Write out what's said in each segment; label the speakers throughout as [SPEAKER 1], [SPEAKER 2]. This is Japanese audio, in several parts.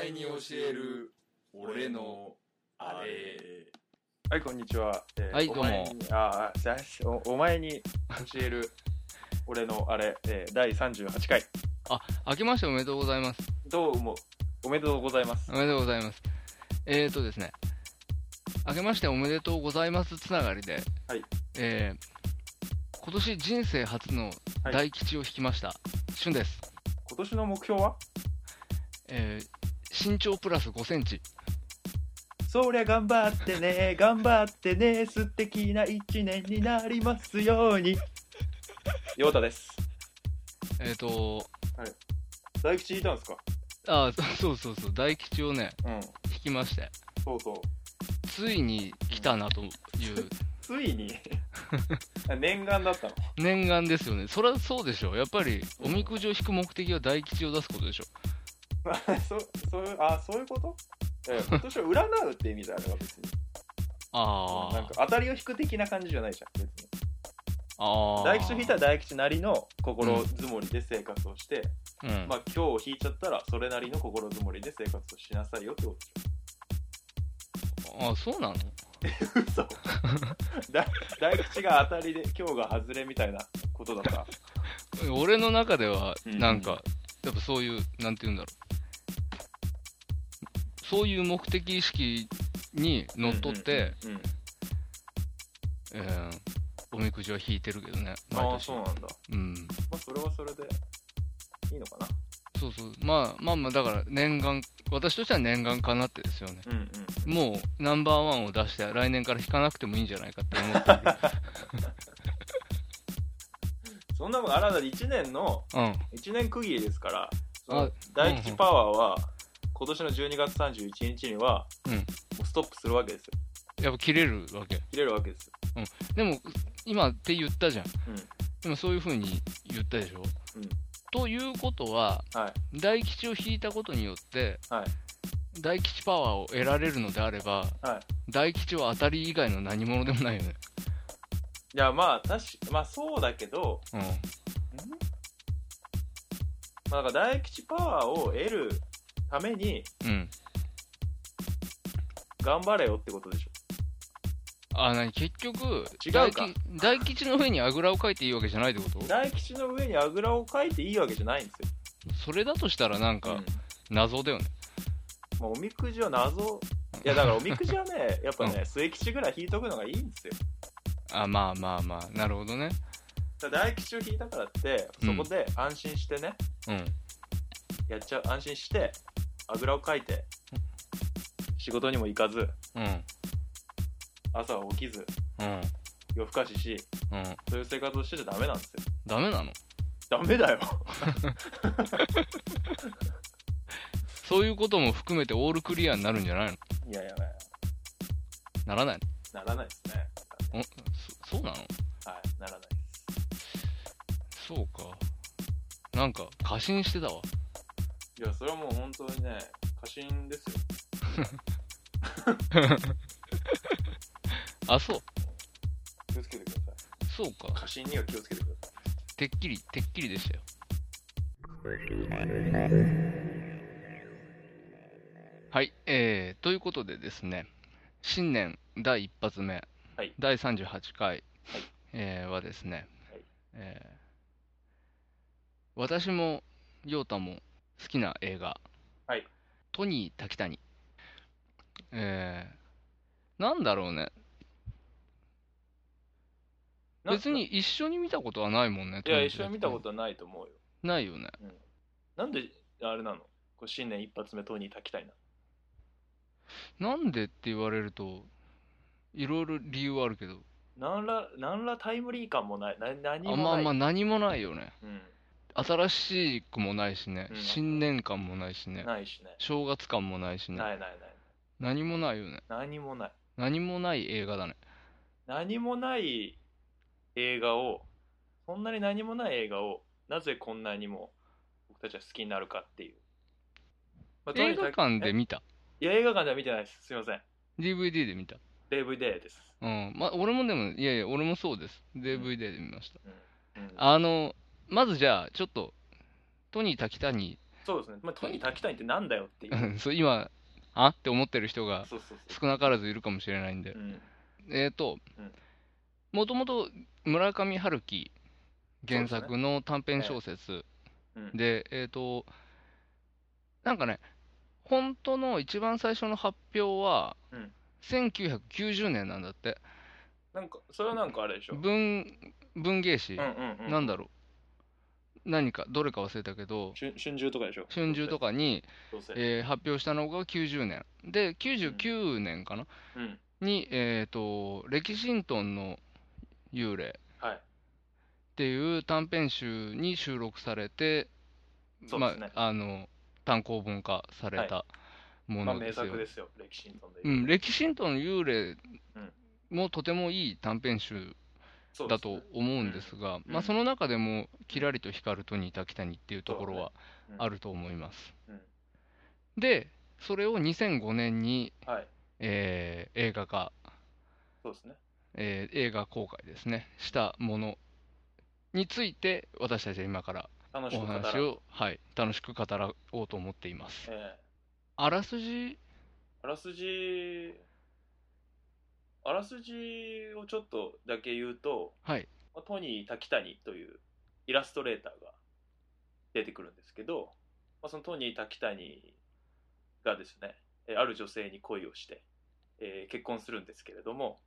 [SPEAKER 1] える俺のあれ
[SPEAKER 2] れ
[SPEAKER 3] はい、こんにちは。えー
[SPEAKER 4] はい
[SPEAKER 3] お前にあーだしおお前に教える、俺のあれ、 えー、第38回。
[SPEAKER 4] 明けましておめでとうございます。
[SPEAKER 3] どうも、おめでとうございます。
[SPEAKER 4] おめでとうございます。えーとですね、明けましておめでとうございますつながりで、
[SPEAKER 3] はい
[SPEAKER 4] えー今年人生初の大吉を引きました、しゅんです。
[SPEAKER 3] 今年の目標は
[SPEAKER 4] えー身長プラス5センチ。
[SPEAKER 3] そりゃ頑張って ね、頑張ってね、素敵な一年になりますように。ヨータです。
[SPEAKER 4] えーと、
[SPEAKER 3] 大吉いたんですか
[SPEAKER 4] あ ー、そうそうそうそう、大吉をね、
[SPEAKER 3] うん。
[SPEAKER 4] 引きまして、
[SPEAKER 3] そうそう。
[SPEAKER 4] ついに来たな という、
[SPEAKER 3] ついにあ念願だったの。
[SPEAKER 4] 念願ですよね。そりゃそうでしょ。やっぱり、おみくじを引く目的は大吉を出すことでしょ。
[SPEAKER 3] そそういうあそういうことえ 今年は占うって意味であれば別に
[SPEAKER 4] あ
[SPEAKER 3] なん
[SPEAKER 4] ー
[SPEAKER 3] か。当たりを引く的な感じじゃないじゃん別に
[SPEAKER 4] あー
[SPEAKER 3] 大吉を引いたら大吉なりの心づもりで生活をして、
[SPEAKER 4] うん
[SPEAKER 3] まあ今日を引いちゃったらそれなりの心づもりで生活をしなさいよって こと
[SPEAKER 4] ああ、そうなの
[SPEAKER 3] でしょ嘘 だ大吉が当たりで今日が外れみたいなことだ から
[SPEAKER 4] 俺の中では、
[SPEAKER 3] うん
[SPEAKER 4] なんか、やっぱそういう、なんて言うんだろう。そういう目的意識にのっとって、
[SPEAKER 3] うん、
[SPEAKER 4] えーおみくじは引いてるけどね。
[SPEAKER 3] あ
[SPEAKER 4] 毎
[SPEAKER 3] あ
[SPEAKER 4] 年
[SPEAKER 3] そうなんだま
[SPEAKER 4] うん。
[SPEAKER 3] あそれはそれでいいのかな
[SPEAKER 4] そうそう。まあまあまあ、だから念願、私としては念願かなってですよね。
[SPEAKER 3] うんうん
[SPEAKER 4] もうナンバーワンを出して来年から引かなくてもいいんじゃないかって 思って
[SPEAKER 3] そんなもんあなた1年の
[SPEAKER 4] る。うん。
[SPEAKER 3] 1年区切りですからそ
[SPEAKER 4] あ
[SPEAKER 3] の大吉パワーは今年の12月31日には
[SPEAKER 4] うん
[SPEAKER 3] もうストップするわけですよ
[SPEAKER 4] やっぱ切れるわけ。
[SPEAKER 3] 切れるわけですよ
[SPEAKER 4] でも、今って言ったじゃん。
[SPEAKER 3] うん
[SPEAKER 4] でもそういう風に言ったでしょ。
[SPEAKER 3] うん
[SPEAKER 4] ということは、
[SPEAKER 3] は
[SPEAKER 4] 大吉を引いたことによって、
[SPEAKER 3] は
[SPEAKER 4] 大吉パワーを得られるのであれば、
[SPEAKER 3] は
[SPEAKER 4] 大吉は当たり以外の何者でもないよね。
[SPEAKER 3] いやまあ確かまあそうだけど、
[SPEAKER 4] うん。
[SPEAKER 3] まあ、だから大吉パワーを得るために
[SPEAKER 4] うん。
[SPEAKER 3] 頑張れよってことでしょ
[SPEAKER 4] あ、なに、結局、
[SPEAKER 3] 違うか
[SPEAKER 4] 大吉大吉の上にあぐらをかいていいわけじゃないってこと
[SPEAKER 3] 大吉の上にあぐらをかいていいわけじゃないんですよ
[SPEAKER 4] それだとしたらなん
[SPEAKER 3] う
[SPEAKER 4] か
[SPEAKER 3] ん、
[SPEAKER 4] 謎だよね。
[SPEAKER 3] まあ、おみくじは謎いやだからおみくじはねやっぱね、末吉ぐらい引いとくのがいいんですよ
[SPEAKER 4] あ、まあまあまあ、なるほどね。
[SPEAKER 3] だから大吉を引いたからってそこで安心してね、
[SPEAKER 4] うん。
[SPEAKER 3] やっちゃう安心してあぐらをかいて仕事にも行かず
[SPEAKER 4] うん。
[SPEAKER 3] 朝は起きず
[SPEAKER 4] うん。
[SPEAKER 3] 夜更かしし
[SPEAKER 4] うん。
[SPEAKER 3] そういう生活をしてちゃダメなんですよ
[SPEAKER 4] ダメなの
[SPEAKER 3] ダメだよ
[SPEAKER 4] そういうことも含めてオールクリアになるんじゃないの
[SPEAKER 3] いやいやいや
[SPEAKER 4] ならない
[SPEAKER 3] ならないですね
[SPEAKER 4] のんそそうなの
[SPEAKER 3] はいならないです
[SPEAKER 4] そうか。なんか、過信してたわ。
[SPEAKER 3] いやそれはもう本当にね過信ですよ
[SPEAKER 4] あ、そう。
[SPEAKER 3] 気をつけてくださ
[SPEAKER 4] そうか
[SPEAKER 3] い。過信には気をつけてください
[SPEAKER 4] てっきり、てっきりでしたよ。はい、えー、ということでですね、新年第一発目、
[SPEAKER 3] はい
[SPEAKER 4] 第38回、えーはですね、
[SPEAKER 3] はい
[SPEAKER 4] えー私も陽太も好きな映画、
[SPEAKER 3] はい
[SPEAKER 4] トニー・タキタニ、えー、なんだろうね、
[SPEAKER 3] な
[SPEAKER 4] 別に一緒に見たことはないもんね。
[SPEAKER 3] いや一緒に見たことはないと思うよ
[SPEAKER 4] ないよね。
[SPEAKER 3] なんであれなのこう新年一発目トニー炊きたいな
[SPEAKER 4] なんでって言われると、いろいろ理由はあるけど、
[SPEAKER 3] 何ら何らタイムリー感もないな何
[SPEAKER 4] あ
[SPEAKER 3] も
[SPEAKER 4] んまあ
[SPEAKER 3] ない
[SPEAKER 4] んま何もないよね。
[SPEAKER 3] う
[SPEAKER 4] 新しくもないしね、
[SPEAKER 3] うん
[SPEAKER 4] 新年感もないしね
[SPEAKER 3] ん、、ないしね
[SPEAKER 4] 正月感もないしね、
[SPEAKER 3] ないないない
[SPEAKER 4] 何もないよね。
[SPEAKER 3] 何もない
[SPEAKER 4] 何もない映画だね。
[SPEAKER 3] 何もない映画をそんなに何もない映画をなぜこんなにも僕たちは好きになるかっていう、まあ
[SPEAKER 4] 映画館で
[SPEAKER 3] え
[SPEAKER 4] 見た。
[SPEAKER 3] いや映画館では見てないですすいません
[SPEAKER 4] DVD で見た。
[SPEAKER 3] DVD です、
[SPEAKER 4] うん。まあ、俺もでも、いやいや、俺もそうです。DVD で見ました。
[SPEAKER 3] うん
[SPEAKER 4] あの、まずじゃあ、ちょっと、トニー・タキタニ
[SPEAKER 3] そうですね、まあ、トニー・タキタニってなんだよっていうう。
[SPEAKER 4] ん そう今、あって思ってる人が
[SPEAKER 3] そうそうそ
[SPEAKER 4] 少なからずいるかもしれないんで
[SPEAKER 3] う。う。ん、
[SPEAKER 4] えっと
[SPEAKER 3] うん、
[SPEAKER 4] もともと村上春樹原作の短編小説
[SPEAKER 3] うん、
[SPEAKER 4] で、えっと、なんかね、本当の一番最初の発表は
[SPEAKER 3] うん、
[SPEAKER 4] 1990年なんだって。
[SPEAKER 3] なんか、それはなんかあれでしょ。
[SPEAKER 4] 文、文芸誌
[SPEAKER 3] うん、うんうん。
[SPEAKER 4] なんだろう。何か、どれか忘れたけど、
[SPEAKER 3] 春春秋とかでしょ。
[SPEAKER 4] 春秋とかに、
[SPEAKER 3] どうせ。どうせ
[SPEAKER 4] えー発表したのが90年。で、99年かな
[SPEAKER 3] うん。
[SPEAKER 4] に、えーと、レキシントンの幽霊
[SPEAKER 3] はい。
[SPEAKER 4] っていう短編集に収録されて、
[SPEAKER 3] そう
[SPEAKER 4] ま
[SPEAKER 3] ですね
[SPEAKER 4] あ、あの、単行本化されたも
[SPEAKER 3] まあ、
[SPEAKER 4] の
[SPEAKER 3] 名
[SPEAKER 4] ですよ。
[SPEAKER 3] 作ですよ、歴史に飛んでいうる。
[SPEAKER 4] ん、レキシントンの幽霊もとてもいい短編集
[SPEAKER 3] そうで
[SPEAKER 4] だ
[SPEAKER 3] すね
[SPEAKER 4] と思うんですが、
[SPEAKER 3] うん
[SPEAKER 4] まあ、その中でも、キラリと光ると似た北にっていうところ
[SPEAKER 3] そうだ
[SPEAKER 4] は
[SPEAKER 3] ねうん
[SPEAKER 4] あると思います。
[SPEAKER 3] うん
[SPEAKER 4] で、それを2005年に、
[SPEAKER 3] はい。
[SPEAKER 4] えー映画化
[SPEAKER 3] そうですね。
[SPEAKER 4] えー映画公開ですね、したものについて、私たちは今から
[SPEAKER 3] 楽し
[SPEAKER 4] お
[SPEAKER 3] く語ら
[SPEAKER 4] 話
[SPEAKER 3] う。
[SPEAKER 4] を、はい、楽しく語らおうと思っています。
[SPEAKER 3] ええ
[SPEAKER 4] あらすじ、
[SPEAKER 3] あらすじ、あらすじをちょっとだけ言うと、
[SPEAKER 4] はい、
[SPEAKER 3] まあトニー・タキタニというイラストレーターが出てくるんですけど、まあ、そのトニー・タキタニがですね、えーある女性に恋をして、えー結婚するんですけれども、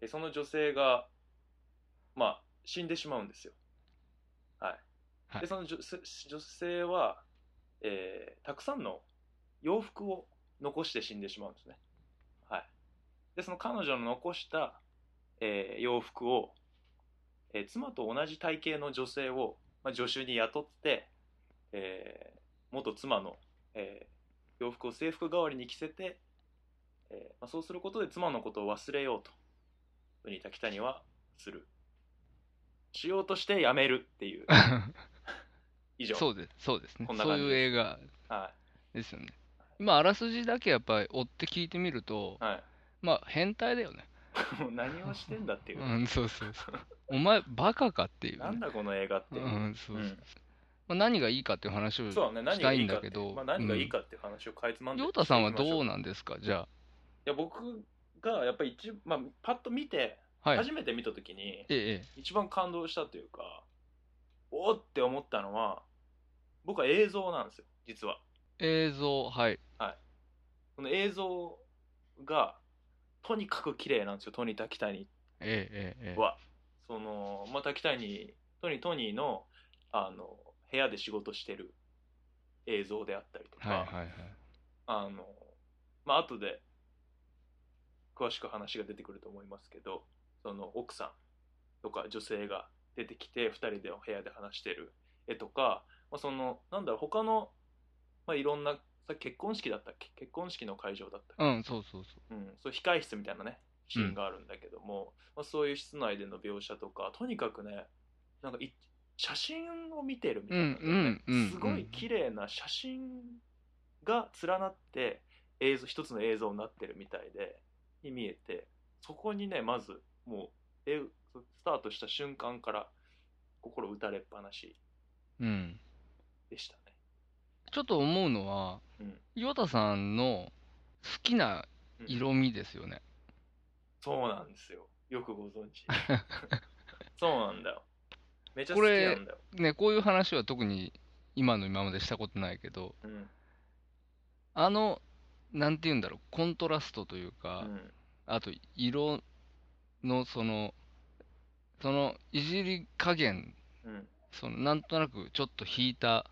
[SPEAKER 3] えーその女性が、まあ、死んでしまうんですよ。はい。
[SPEAKER 4] はい
[SPEAKER 3] で、その女す女性は、えーたくさんの洋服を残して死んでしまうんですね。はい。で、その彼女の残した、えー洋服を、えー妻と同じ体型の女性を、まあ、助手に雇って、えー元妻の、えー洋服を制服代わりに着せて、えーまあ、そうすることで妻のことを忘れようと国田北にはするしようとしてやめるっていう以 上
[SPEAKER 4] そうです、そうですね
[SPEAKER 3] こん、な
[SPEAKER 4] そう
[SPEAKER 3] 感じ
[SPEAKER 4] いう
[SPEAKER 3] です
[SPEAKER 4] 映画
[SPEAKER 3] は
[SPEAKER 4] ですよね。今、あらすじだけやっぱり追って聞いてみると、
[SPEAKER 3] い、はい、
[SPEAKER 4] まあ、変態だよね。
[SPEAKER 3] もう何をしてんだっていう、
[SPEAKER 4] うん、そうそ うそう。お前、バカかっていう
[SPEAKER 3] なん
[SPEAKER 4] ね。
[SPEAKER 3] だこの映画って
[SPEAKER 4] う
[SPEAKER 3] いう、
[SPEAKER 4] ん、そう
[SPEAKER 3] う
[SPEAKER 4] そうんまあ、何がいいかっていう話を
[SPEAKER 3] そうだね何
[SPEAKER 4] し
[SPEAKER 3] が
[SPEAKER 4] た
[SPEAKER 3] い
[SPEAKER 4] い
[SPEAKER 3] い
[SPEAKER 4] ん
[SPEAKER 3] かっ
[SPEAKER 4] だ
[SPEAKER 3] て
[SPEAKER 4] け
[SPEAKER 3] いう
[SPEAKER 4] ど、
[SPEAKER 3] まあ、何がいい
[SPEAKER 4] うん
[SPEAKER 3] かっていう話をかいつまんで
[SPEAKER 4] りょうたさんは
[SPEAKER 3] していきまし
[SPEAKER 4] ど
[SPEAKER 3] ょ
[SPEAKER 4] う
[SPEAKER 3] うい
[SPEAKER 4] なんですか、じゃ
[SPEAKER 3] や僕がやっぱり一、まあ、パッと見て、
[SPEAKER 4] あ。はい。
[SPEAKER 3] 初めて見た時に
[SPEAKER 4] ええええ、
[SPEAKER 3] 一番感動したというかおーって思ったのは僕は映像なんですよ実は
[SPEAKER 4] 映像、はい。
[SPEAKER 3] その映像がとにかく綺麗なんですよトニー・タキタニ
[SPEAKER 4] ええええええ。
[SPEAKER 3] はそのまあタキタニトニートニーのあの部屋で仕事してる映像であったりとか、
[SPEAKER 4] はいはいはい。
[SPEAKER 3] あのまあ後で詳しく話が出てくると思いますけどその奥さんとか女性が出てきて2人でお部屋で話してる絵とか、まあ、そのなんだろう他の、まあ、いろんなさ結婚式だったっけ結婚式の会場だったっけ
[SPEAKER 4] うん、そうそうそ
[SPEAKER 3] う
[SPEAKER 4] う。
[SPEAKER 3] ん、そういう控え室みたいなねシーンがあるんだけども、まあ、そういう室内での描写とかとにかくねなんかい写真を見てるみたいなね、
[SPEAKER 4] うんうんうん
[SPEAKER 3] すごい綺麗な写真が連なって映像一つの映像になってるみたいでに見えてそこにねまずもうえスタートした瞬間から心打たれっぱなし
[SPEAKER 4] うん。
[SPEAKER 3] でしたね。
[SPEAKER 4] ちょっと思うのは
[SPEAKER 3] うん、
[SPEAKER 4] ヨタさんの好きな
[SPEAKER 3] うん
[SPEAKER 4] 色味ですよね。
[SPEAKER 3] そうなんですよよくご存知 そうなんだよめちゃ好
[SPEAKER 4] こ
[SPEAKER 3] きな
[SPEAKER 4] れ
[SPEAKER 3] んだよ、
[SPEAKER 4] ね、こういう話は特に今の今までしたことないけど、
[SPEAKER 3] うん
[SPEAKER 4] あの、なんて言うんだろう、コントラストという
[SPEAKER 3] う
[SPEAKER 4] か、
[SPEAKER 3] ん、
[SPEAKER 4] あと色のその、そのいじり加減、
[SPEAKER 3] うん、
[SPEAKER 4] そのなんとなくちょっと引いた、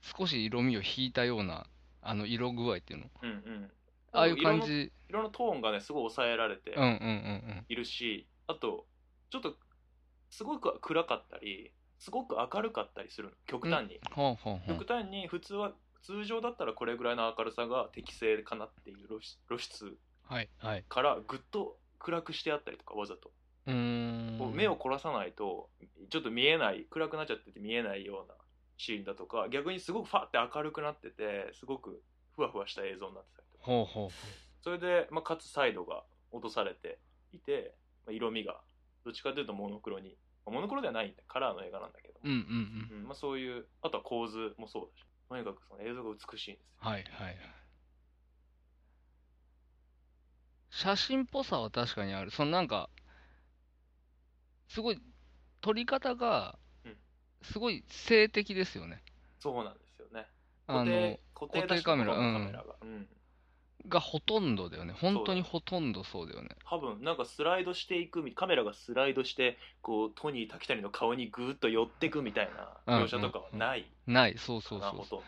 [SPEAKER 4] 少し色味を引いたような、あの色具合っていうの、
[SPEAKER 3] うん、うん。
[SPEAKER 4] ああいう感じ、
[SPEAKER 3] 色の。色のトーンがね、すごい抑えられて
[SPEAKER 4] うんうんうん
[SPEAKER 3] いるし、あと、ちょっと、すごく暗かったり、すごく明るかったりするの極端に。
[SPEAKER 4] うん。はあはあはあ
[SPEAKER 3] 極端に、普通は、通常だったらこれぐらいの明るさが適正かなっていう露出露出
[SPEAKER 4] はいはい。
[SPEAKER 3] からぐっと暗くしてあったりとか、わざと。
[SPEAKER 4] うー。
[SPEAKER 3] こうん目を凝らさないと、ちょっと見えない、暗くなっちゃってて見えないようなシーンだとか、逆にすごくファって明るくなってて、すごくふわふわした映像になってたりとか。
[SPEAKER 4] ほうほ
[SPEAKER 3] それで、まあ、かつサイドが落とされていて、まあ、色味がどっちかというとモノクロに、まあモノクロではないんだカラーの映画なんだけど、
[SPEAKER 4] う。うんうん
[SPEAKER 3] うんまあ、そういうあとは構図もそうだし、まとにかくその映像が美しいんですよ。
[SPEAKER 4] はいはい。写真っぽさは確かにある。そのなんか、すごい、撮り方が
[SPEAKER 3] うん、
[SPEAKER 4] すごい静的ですよね。
[SPEAKER 3] そうなんですよね。
[SPEAKER 4] あ
[SPEAKER 3] 固定
[SPEAKER 4] の、
[SPEAKER 3] 固定だし
[SPEAKER 4] 固定カメラ
[SPEAKER 3] ここの
[SPEAKER 4] うん
[SPEAKER 3] カメラが、うん
[SPEAKER 4] がほとんどだよね。本当にほとんどそうだよね。
[SPEAKER 3] 多分なんかスライドしていくみカメラがスライドしてこうトニー滝谷の顔にぐーっと寄ってくみたいな描写とかはない
[SPEAKER 4] ない、そう
[SPEAKER 3] か
[SPEAKER 4] そう
[SPEAKER 3] な、
[SPEAKER 4] そう
[SPEAKER 3] ほ
[SPEAKER 4] そ
[SPEAKER 3] と
[SPEAKER 4] う。
[SPEAKER 3] んど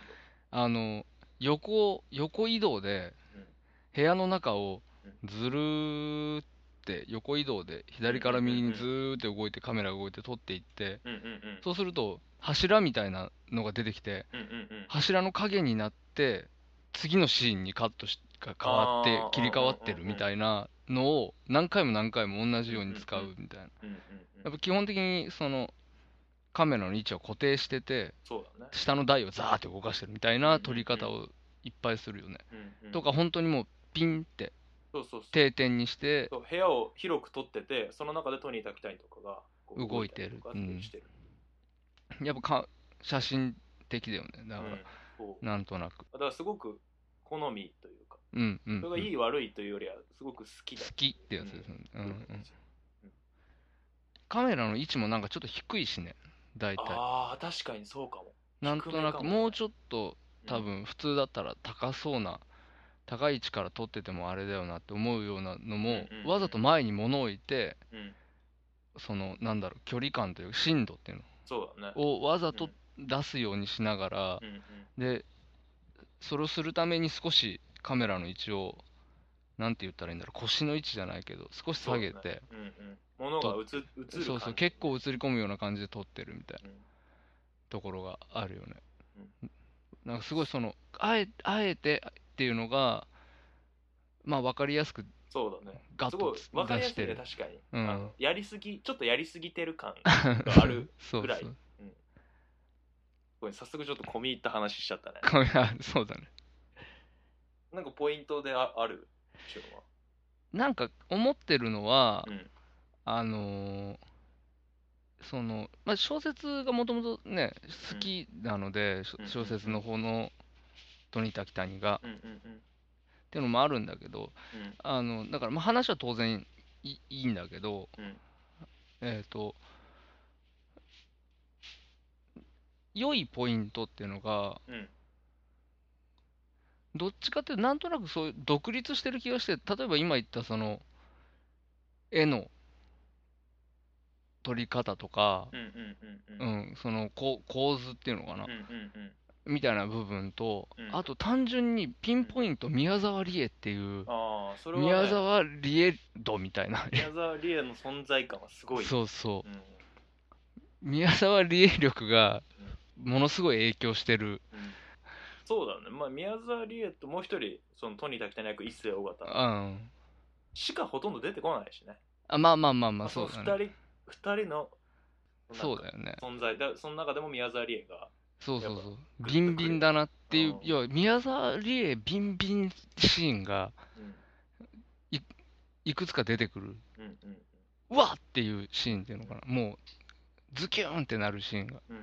[SPEAKER 4] あの、横、横移動で
[SPEAKER 3] うん、
[SPEAKER 4] 部屋の中をずるーって横移動で左から右にずーって動いてカメラが動いて撮っていって、
[SPEAKER 3] うんうんうん
[SPEAKER 4] そうすると柱みたいなのが出てきて、
[SPEAKER 3] うんうんうん
[SPEAKER 4] 柱の影になって次のシーンにカットしが変わって
[SPEAKER 3] あー
[SPEAKER 4] 切り替わってるみたいなのを何回も何回も同じように使
[SPEAKER 3] うんうん
[SPEAKER 4] うみたいな
[SPEAKER 3] うんうんう
[SPEAKER 4] やっ
[SPEAKER 3] ん
[SPEAKER 4] ぱ基本的にそのカメラの位置を固定してて
[SPEAKER 3] そうだね
[SPEAKER 4] 下の台をザーって動かしてるみたいな撮り方をいっぱいするよね
[SPEAKER 3] うんうん
[SPEAKER 4] とか本当にもうピンって
[SPEAKER 3] そうそうそう
[SPEAKER 4] 定点にして
[SPEAKER 3] そう部屋を広く取っててその中でトニー滝谷とかがこう
[SPEAKER 4] 動いてる
[SPEAKER 3] 動いたりとかしてる
[SPEAKER 4] やっぱか写真的だよねだ
[SPEAKER 3] う
[SPEAKER 4] か
[SPEAKER 3] んそう
[SPEAKER 4] らなんとなく
[SPEAKER 3] だからすごく好みというか
[SPEAKER 4] うんうん
[SPEAKER 3] それがいい悪いというよりはすごく好き
[SPEAKER 4] うん
[SPEAKER 3] だ
[SPEAKER 4] 好きってやつですよねうん
[SPEAKER 3] うん
[SPEAKER 4] うんカメラの位置もなんかちょっと低いしね大体
[SPEAKER 3] ああ確かにそうかも
[SPEAKER 4] なんとな
[SPEAKER 3] 低めか
[SPEAKER 4] く
[SPEAKER 3] も
[SPEAKER 4] もうちょっと
[SPEAKER 3] うん
[SPEAKER 4] 多分普通だったら高そうな高い位置から撮っててもあれだよなって思うようなの
[SPEAKER 3] うん
[SPEAKER 4] も
[SPEAKER 3] うんうん
[SPEAKER 4] わざと前に物を置いて
[SPEAKER 3] うん
[SPEAKER 4] そのなんだろう距離感というか深度っていう
[SPEAKER 3] そうだね
[SPEAKER 4] のをわざ
[SPEAKER 3] う
[SPEAKER 4] と
[SPEAKER 3] ん
[SPEAKER 4] 出すようにしながら
[SPEAKER 3] うんうん
[SPEAKER 4] でそれをするために少しカメラの位置をなんて言ったらいいんだろう腰の位置じゃないけど少し下げ
[SPEAKER 3] そうだね
[SPEAKER 4] て
[SPEAKER 3] うんうん物が映映る感じ
[SPEAKER 4] そうそう結構映り込むような感じで撮ってるみたいな
[SPEAKER 3] うん
[SPEAKER 4] ところがあるよね。なんかすごいそのあえあえてっていうのがまあ分かりやすく
[SPEAKER 3] そうだね
[SPEAKER 4] ガ
[SPEAKER 3] す
[SPEAKER 4] ッ
[SPEAKER 3] ご
[SPEAKER 4] と
[SPEAKER 3] い分かり
[SPEAKER 4] 出
[SPEAKER 3] や
[SPEAKER 4] し
[SPEAKER 3] すい
[SPEAKER 4] て
[SPEAKER 3] ね
[SPEAKER 4] る。
[SPEAKER 3] 確かに、
[SPEAKER 4] うん
[SPEAKER 3] あのやりすぎちょっとやりすぎてる感がある
[SPEAKER 4] そう
[SPEAKER 3] ぐらい
[SPEAKER 4] そう。
[SPEAKER 3] ごめん早速ちょっと込み入った話しちゃったね
[SPEAKER 4] カメラそうだね。
[SPEAKER 3] なんかポイントでああるシュンは
[SPEAKER 4] なんか思ってるのは、
[SPEAKER 3] うん
[SPEAKER 4] あのーそのまあ小説がもともとね好きなので、しょ
[SPEAKER 3] うんうん
[SPEAKER 4] 小説の方の富田北谷がっ
[SPEAKER 3] うんうんうん
[SPEAKER 4] ていうのもあるんだけど
[SPEAKER 3] うん
[SPEAKER 4] あのだからまあ話は当然いいいんだけど、
[SPEAKER 3] うん
[SPEAKER 4] えっ、と良いポイントっていうのが
[SPEAKER 3] うん
[SPEAKER 4] どっちかっていうとなんとなくそういう独立してる気がして例えば今言ったその絵の撮り方とか、
[SPEAKER 3] うんうんうんうん
[SPEAKER 4] う
[SPEAKER 3] うん
[SPEAKER 4] ん、そのこう構図っていうのかな、
[SPEAKER 3] うんうん
[SPEAKER 4] みたいな部分と、
[SPEAKER 3] うん
[SPEAKER 4] あと単純にピンポイント宮沢りえっていう、
[SPEAKER 3] ああそれは、ね、
[SPEAKER 4] 宮沢りえ度みたいな
[SPEAKER 3] 宮沢りえの存在感はすごい
[SPEAKER 4] そうそう
[SPEAKER 3] うん
[SPEAKER 4] 宮沢りえ力がものすごい影響してる
[SPEAKER 3] うんそうだねまあ宮沢りえともう一人そのトニー滝谷役一世尾
[SPEAKER 4] う
[SPEAKER 3] 形
[SPEAKER 4] ん
[SPEAKER 3] しかほとんど出てこないしね
[SPEAKER 4] あまあまあまあまあ
[SPEAKER 3] そ
[SPEAKER 4] そ
[SPEAKER 3] の二
[SPEAKER 4] うだ
[SPEAKER 3] 人
[SPEAKER 4] ね
[SPEAKER 3] 二人のなんか
[SPEAKER 4] そうだよね
[SPEAKER 3] 存在だその中でも宮沢りえが
[SPEAKER 4] そうそう
[SPEAKER 3] やっ
[SPEAKER 4] そう
[SPEAKER 3] ぱ
[SPEAKER 4] ビンビンだなっていううん要は宮沢りえビンビンシーンが
[SPEAKER 3] うん
[SPEAKER 4] いくつか出てくる
[SPEAKER 3] うんうん
[SPEAKER 4] うわっっていうシーンっていうのかなもうズキューンってなるシーンが、
[SPEAKER 3] うん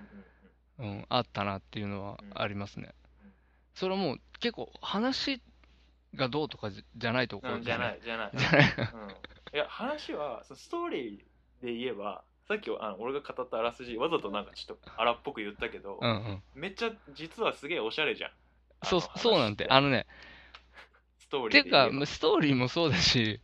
[SPEAKER 3] うんうん
[SPEAKER 4] うん、あったなっていうのは
[SPEAKER 3] うん
[SPEAKER 4] ありますね
[SPEAKER 3] うん
[SPEAKER 4] それはもう結構話がどうとかじじゃないとこ
[SPEAKER 3] うん
[SPEAKER 4] ろ
[SPEAKER 3] うんじゃないいじゃない
[SPEAKER 4] じゃない
[SPEAKER 3] うんいや話はそのストーリーで言えばさっきあの俺が語ったあらすじわざとなんかちょっと荒っぽく言ったけど、
[SPEAKER 4] うんうん
[SPEAKER 3] めっちゃ実はすげえおしゃれじゃんあの
[SPEAKER 4] そう
[SPEAKER 3] 話
[SPEAKER 4] そうなんてあのね
[SPEAKER 3] ストーリ
[SPEAKER 4] て
[SPEAKER 3] ーで
[SPEAKER 4] いう
[SPEAKER 3] 言えば
[SPEAKER 4] かストーリーもそうだし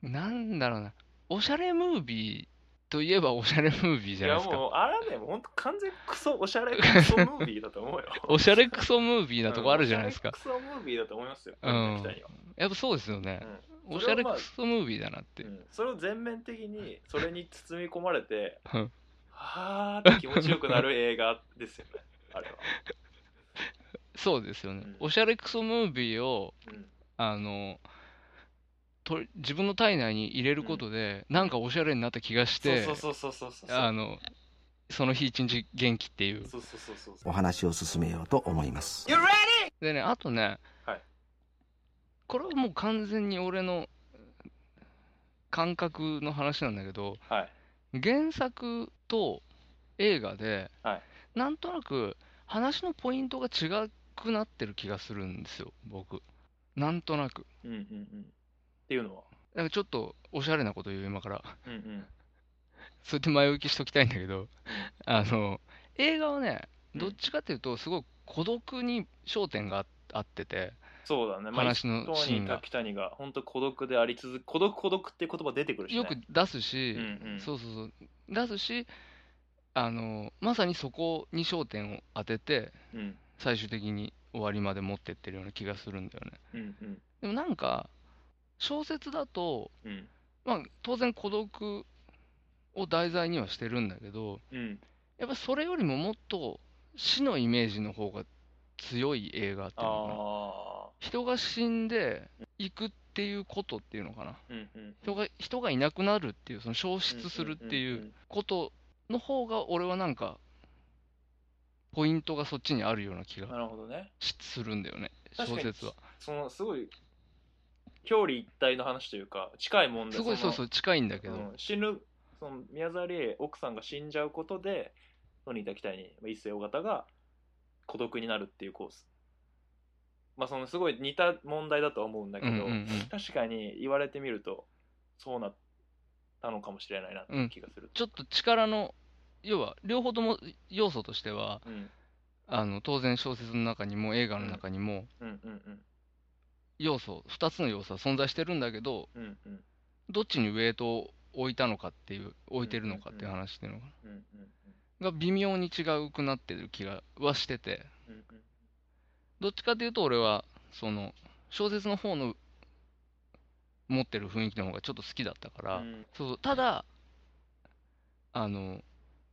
[SPEAKER 3] うん
[SPEAKER 4] なんだろうなおしゃれムービーといえばおしゃれムービー
[SPEAKER 3] い
[SPEAKER 4] じゃない
[SPEAKER 3] や
[SPEAKER 4] ですか
[SPEAKER 3] もうあらねもうほんと完全クソおしゃれクソムービーだと思うよ
[SPEAKER 4] おしゃれクソムービーなとこあるじゃないですか
[SPEAKER 3] おしゃれクソムービーだと思いますよ、
[SPEAKER 4] うん
[SPEAKER 3] 北には
[SPEAKER 4] やっぱそうですよね。
[SPEAKER 3] うん
[SPEAKER 4] おしゃ
[SPEAKER 3] そ
[SPEAKER 4] れ
[SPEAKER 3] れはまあ
[SPEAKER 4] クソムービーだなって
[SPEAKER 3] う。んそれを全面的にそれに包み込まれて
[SPEAKER 4] うん
[SPEAKER 3] はーって気持ちよくなる映画ですよねあれは、
[SPEAKER 4] そうですよね
[SPEAKER 3] うん。
[SPEAKER 4] おしゃれクソムービーを、
[SPEAKER 3] うん
[SPEAKER 4] あの、と自分の体内に入れることで、なんかおしゃれになった気がして、
[SPEAKER 3] そうそうそうそうそうそう
[SPEAKER 4] あの、その日一日元気っていう。
[SPEAKER 3] そうそうそうそうそ
[SPEAKER 2] お話を進めようと思います。
[SPEAKER 4] でね、あとね、
[SPEAKER 3] はい
[SPEAKER 4] これはもう完全に俺の感覚の話なんだけど、
[SPEAKER 3] うはい
[SPEAKER 4] 原作と映画で、
[SPEAKER 3] はい
[SPEAKER 4] なんとなく話のポイントが違くなってる気がするんですよ、僕。なんとなく。
[SPEAKER 3] うんうんうん。っていうのは。
[SPEAKER 4] なんかちょっとおしゃれなこと言う今から。
[SPEAKER 3] うんうん。
[SPEAKER 4] そうやって前置きしときたいんだけど、あの、映画はね、
[SPEAKER 3] うん
[SPEAKER 4] どっちかというと、すごい孤独に焦点がああってて、
[SPEAKER 3] そうだね。まあ、
[SPEAKER 4] 話の
[SPEAKER 3] ト
[SPEAKER 4] シー
[SPEAKER 3] ニ
[SPEAKER 4] ン
[SPEAKER 3] ー・
[SPEAKER 4] が
[SPEAKER 3] 滝谷が本当孤独であり続く、孤独孤独って言葉出てくるし、ね。
[SPEAKER 4] よく出す
[SPEAKER 3] う
[SPEAKER 4] し
[SPEAKER 3] ん、うん。
[SPEAKER 4] そうそうそう、出すし、あの、まさにそこに焦点を当てて、
[SPEAKER 3] うん
[SPEAKER 4] 最終的に終わりまで持ってってるような気がするんだよね。
[SPEAKER 3] うんうん
[SPEAKER 4] でもなんか、小説だと、
[SPEAKER 3] うん
[SPEAKER 4] まあ、当然孤独を題材にはしてるんだけど、
[SPEAKER 3] うん。
[SPEAKER 4] やっぱそれよりももっと死のイメージの方が強い映画っていうのかな。
[SPEAKER 3] ああ。
[SPEAKER 4] 人が死んでいくっていうことっていうのかな。
[SPEAKER 3] うんうん。
[SPEAKER 4] 人が、人がいなくなるっていう、その消失するってい
[SPEAKER 3] んん
[SPEAKER 4] うんことの方が、俺はなんか、ポイントがそっちにあるような気
[SPEAKER 3] うん。な
[SPEAKER 4] が
[SPEAKER 3] るほどね。
[SPEAKER 4] しするんだよね、
[SPEAKER 3] 確
[SPEAKER 4] 小
[SPEAKER 3] かに
[SPEAKER 4] 説は。
[SPEAKER 3] そのすごい表裏一体の話というか近い問題
[SPEAKER 4] すごい、そうそうう、近いんだけど。
[SPEAKER 3] うん、死ぬその宮沢りえ奥さんが死んじゃうことでトニー・タキタイにまあ一世尾形が孤独になるっていうコースまあそのすごい似た問題だとは思うんだけど、
[SPEAKER 4] うんうんうん
[SPEAKER 3] 確かに言われてみるとそうなったのかもしれないなっていう気がする、
[SPEAKER 4] ちょっと力の、要は両方とも要素としては、
[SPEAKER 3] うん、うん
[SPEAKER 4] あの当然小説の中にも映画の中にも、
[SPEAKER 3] うんうん
[SPEAKER 4] 要素、2つの要素は存在してるんだけど、
[SPEAKER 3] うんうん
[SPEAKER 4] どっちにウェイトを置いたのかっていう、置いてるのかっていう話っていうのが、
[SPEAKER 3] うんうん
[SPEAKER 4] が微妙に違うくなってる気がはしてて、
[SPEAKER 3] うんうん
[SPEAKER 4] どっちかというと俺は、その、小説の方の持ってる雰囲気の方がちょっと好きだったから、
[SPEAKER 3] うん
[SPEAKER 4] そうそうただあの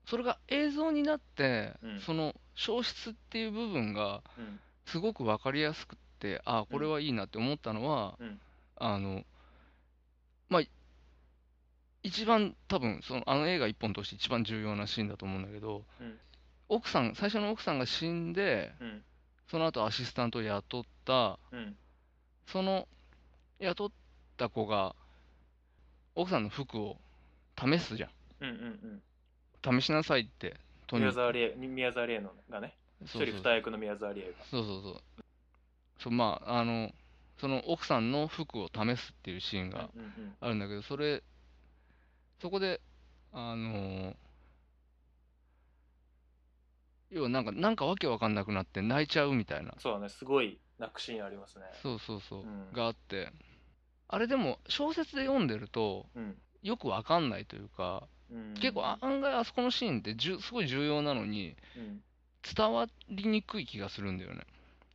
[SPEAKER 4] それが映像になって、
[SPEAKER 3] うん
[SPEAKER 4] その消失っていう部分が
[SPEAKER 3] うん
[SPEAKER 4] すごく分かりやすくってああこれはいいなって思ったのは、
[SPEAKER 3] うん
[SPEAKER 4] あのまあ一番多分そのあの映画一本として一番重要なシーンだと思うんだけど、
[SPEAKER 3] うん
[SPEAKER 4] 奥さん最初の奥さんが死んで
[SPEAKER 3] うん
[SPEAKER 4] その後アシスタントを雇った
[SPEAKER 3] うん
[SPEAKER 4] その雇った子が奥さんの服を試すじゃん
[SPEAKER 3] うんうん
[SPEAKER 4] 試しなさいって、
[SPEAKER 3] う
[SPEAKER 4] と
[SPEAKER 3] ん
[SPEAKER 4] に
[SPEAKER 3] 宮沢りえ宮沢りえのがね一
[SPEAKER 4] そう
[SPEAKER 3] 人
[SPEAKER 4] そう
[SPEAKER 3] 二役の宮沢りえが
[SPEAKER 4] そうそうそう。そう、まあ、あの、その奥さんの服を試すっていうシーンが
[SPEAKER 3] うんうんうん
[SPEAKER 4] あるんだけど、それ、そこで、あのー要はなんか、なんかわけわかんなくなって泣いちゃうみたいな、
[SPEAKER 3] そうだね、すごい泣くシーンありますね。
[SPEAKER 4] そうそうそう、
[SPEAKER 3] うん
[SPEAKER 4] があって、あれでも小説で読んでると
[SPEAKER 3] うん。
[SPEAKER 4] よくわかんないというか、
[SPEAKER 3] うん、
[SPEAKER 4] 結構あ案外あそこのシーンってじゅすごい重要なのに
[SPEAKER 3] うん、
[SPEAKER 4] 伝わりにくい気がするんだよね。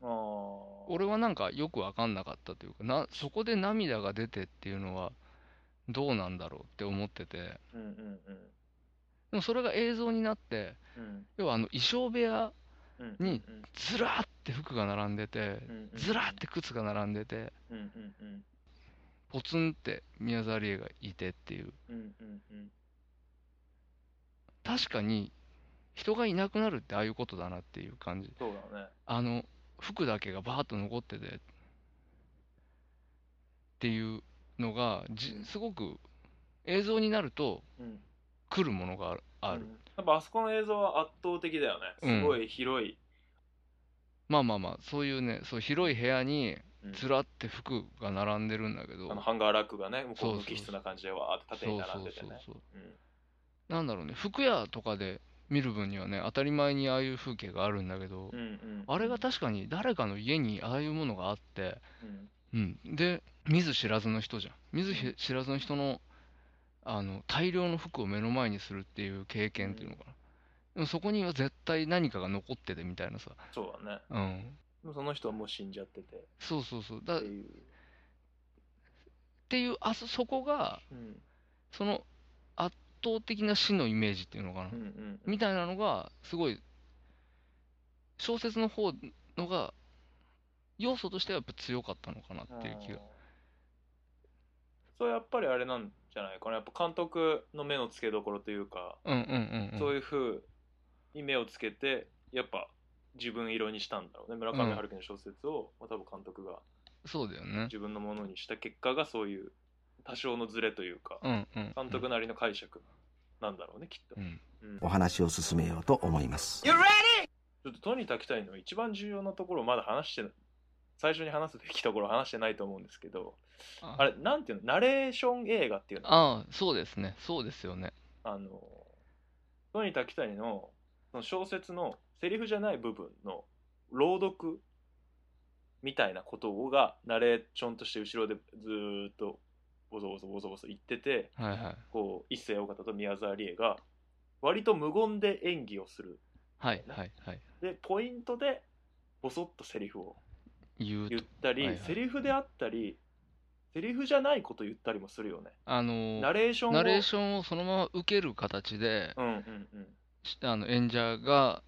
[SPEAKER 3] あー
[SPEAKER 4] 俺はなんかよく分かんなかったというかなそこで涙が出てっていうのはどうなんだろうって思っててで
[SPEAKER 3] うんうん
[SPEAKER 4] もそれが映像になって
[SPEAKER 3] うん
[SPEAKER 4] 要はあの衣装部屋
[SPEAKER 3] うん。
[SPEAKER 4] に、ずらーって服が並んでてずらーって、靴が並んでて
[SPEAKER 3] うんうんうん
[SPEAKER 4] ポツンって宮沢りえがいてっていう
[SPEAKER 3] うんうんうん
[SPEAKER 4] 確かに人がいなくなるってああいうことだなっていう感じ
[SPEAKER 3] そうだね。
[SPEAKER 4] あの服だけがバーッと残っててっていうのがじすごく映像になると
[SPEAKER 3] うん、
[SPEAKER 4] 来るものがあるある、
[SPEAKER 3] うんやっぱあそこの映像は圧倒的だよね。すごい広い。
[SPEAKER 4] まあまあまあそういうねそう広い部屋に
[SPEAKER 3] うん
[SPEAKER 4] ずらって服が並んでるんだけど、
[SPEAKER 3] あのハンガーラックがね、向こう
[SPEAKER 4] そうそう
[SPEAKER 3] 無機質な感じでわーって縦
[SPEAKER 4] そ
[SPEAKER 3] に
[SPEAKER 4] う
[SPEAKER 3] 並
[SPEAKER 4] そ
[SPEAKER 3] ん
[SPEAKER 4] う
[SPEAKER 3] でて
[SPEAKER 4] そう
[SPEAKER 3] ね。
[SPEAKER 4] そう
[SPEAKER 3] うん
[SPEAKER 4] なんだろうね服屋とかで見る分にはね当たり前にああいう風景があるんだけど、
[SPEAKER 3] うんうん
[SPEAKER 4] あれが確かに誰かの家にああいうものがあって、
[SPEAKER 3] うん
[SPEAKER 4] うん、で見ず知らずの人じゃん見ず
[SPEAKER 3] うん
[SPEAKER 4] ひ知らずの人のあの大量の服を目の前にするっていう経験っていうのかな、でもそこには絶対何かが残っててみたいなさ、
[SPEAKER 3] そうだね。
[SPEAKER 4] うん、
[SPEAKER 3] でもその人はもう死んじゃってて。
[SPEAKER 4] そうそうそう
[SPEAKER 3] っ
[SPEAKER 4] だって
[SPEAKER 3] いう
[SPEAKER 4] ていうあそそこが
[SPEAKER 3] うん
[SPEAKER 4] その圧倒的な死のイメージっていうのかな、
[SPEAKER 3] うんうんうん
[SPEAKER 4] みたいなのがすごい小説の方のが要素としてはやっぱ強かったのかなっていう気
[SPEAKER 3] あ
[SPEAKER 4] が
[SPEAKER 3] ーそれやっぱりあれなんじゃないかなやっぱ監督の目の付けどころというか、
[SPEAKER 4] うんうんうん
[SPEAKER 3] そう
[SPEAKER 4] うん
[SPEAKER 3] いうふうに目をつけてやっぱ自分色にしたんだろうね村上春樹の小説を、まあ、多分監督が
[SPEAKER 4] そうだよね
[SPEAKER 3] 自分のものにした結果がそういう多少のズレというか、
[SPEAKER 4] うんうん
[SPEAKER 3] 監督なりの解釈なんだろうねきっと
[SPEAKER 4] う。ん
[SPEAKER 2] お話を進めようと思います。
[SPEAKER 3] ちょっとトニー滝谷の一番重要なところをまだ話してない最初に話すべきところを話してないと思うんですけど
[SPEAKER 4] あ
[SPEAKER 3] あれなんていうのナレーション映画っていうの
[SPEAKER 4] ああ、そうですね。そうですよね。
[SPEAKER 3] あのトニー・タキタニのその小説のセリフじゃない部分の朗読みたいなことをがナレーションとして後ろでずーっとボソボソボソボソ言ってて
[SPEAKER 4] はいはい。
[SPEAKER 3] こう一世岡田と宮沢りえが割と無言で演技をする
[SPEAKER 4] はいはいはい。
[SPEAKER 3] でポイントでボソッとセリフを
[SPEAKER 4] 言うと
[SPEAKER 3] 言ったり、
[SPEAKER 4] はいはい
[SPEAKER 3] セリフであったりセリフじゃないこと言ったりもするよね
[SPEAKER 4] あのー
[SPEAKER 3] ナレーションを
[SPEAKER 4] ナレーションをそのまま受ける形で、
[SPEAKER 3] うんうんうん
[SPEAKER 4] しあの演者が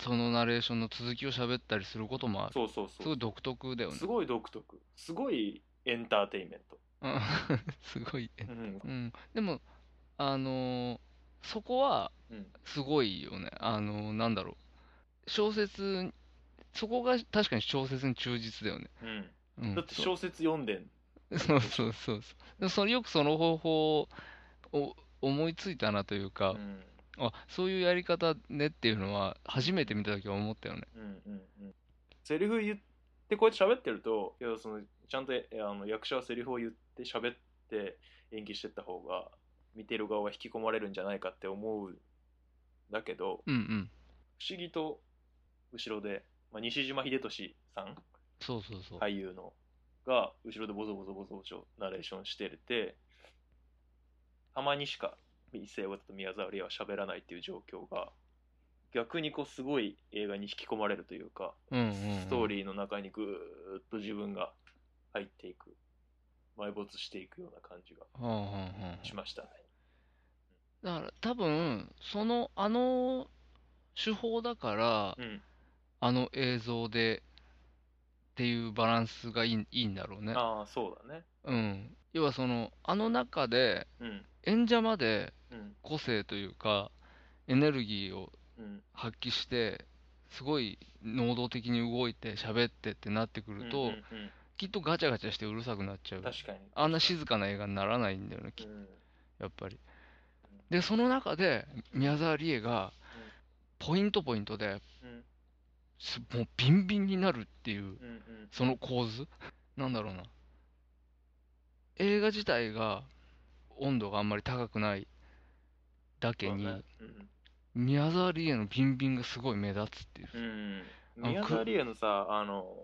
[SPEAKER 4] そのナレーションの続きを喋ったりすることもある。
[SPEAKER 3] そうそうそう
[SPEAKER 4] すごい独特だよね
[SPEAKER 3] す。ごい独特すごいエンターテインメント、
[SPEAKER 4] うん すごい。
[SPEAKER 3] うん
[SPEAKER 4] うん。でも、あのーそこは
[SPEAKER 3] うん
[SPEAKER 4] すごいよね。あのーなんだろう。小説、そこが確かに小説に忠実だよね。うん、
[SPEAKER 3] だって
[SPEAKER 4] そう
[SPEAKER 3] 小説読んでん
[SPEAKER 4] そうそうそうそう。でもそれよくその方法を思いついたなというか、
[SPEAKER 3] うん
[SPEAKER 4] あそういうやり方ねっていうのは初めて見た時は思ったよね。
[SPEAKER 3] うんうんうんセリフ言ってこうやって喋ってるといやそのちゃんとえあの役者はセリフを言って喋って演技してった方が見てる側は引き込まれるんじゃないかって思うんだけど
[SPEAKER 4] うんうん。
[SPEAKER 3] 不思議と後ろで、まあ、西島秀俊さん
[SPEAKER 4] そうそうそう。
[SPEAKER 3] 俳優のが後ろでボソボソボソボソナレーションしててたまにしか伊勢渡と宮沢りえは喋らないっていう状況が逆にこうすごい映画に引き込まれるというか、
[SPEAKER 4] うんうんうん、
[SPEAKER 3] ストーリーの中にぐーっと自分が入っていく埋没していくような感じが
[SPEAKER 4] はあはあはあ
[SPEAKER 3] しましたね。
[SPEAKER 4] だから多分そのあの手法だから、
[SPEAKER 3] うん、
[SPEAKER 4] あの映像でっていうバランスがいいいいんだろうね。
[SPEAKER 3] ああそうだね。
[SPEAKER 4] うん、要はそのあの中で
[SPEAKER 3] うん
[SPEAKER 4] 演者まで
[SPEAKER 3] うん
[SPEAKER 4] 個性というかエネルギーを
[SPEAKER 3] うん
[SPEAKER 4] 発揮してすごい能動的に動いて喋ってってなってく
[SPEAKER 3] うん
[SPEAKER 4] ると、
[SPEAKER 3] うんうん
[SPEAKER 4] きっとガチャガチャしてうるさくなっちゃう
[SPEAKER 3] 確かに。
[SPEAKER 4] あんな静かな映画にならないんだよねき
[SPEAKER 3] うん
[SPEAKER 4] やっぱりでその中で宮沢りえがポイントポイントで
[SPEAKER 3] うん
[SPEAKER 4] すもうビンビンになるっていう
[SPEAKER 3] うんうん
[SPEAKER 4] その構図なんだろうな映画自体が温度があんまり高くないだけに、
[SPEAKER 3] そうだねうん
[SPEAKER 4] 宮沢りえのビンビンがすごい目立つっていう、
[SPEAKER 3] うん、
[SPEAKER 4] あの
[SPEAKER 3] 宮沢りえのさあの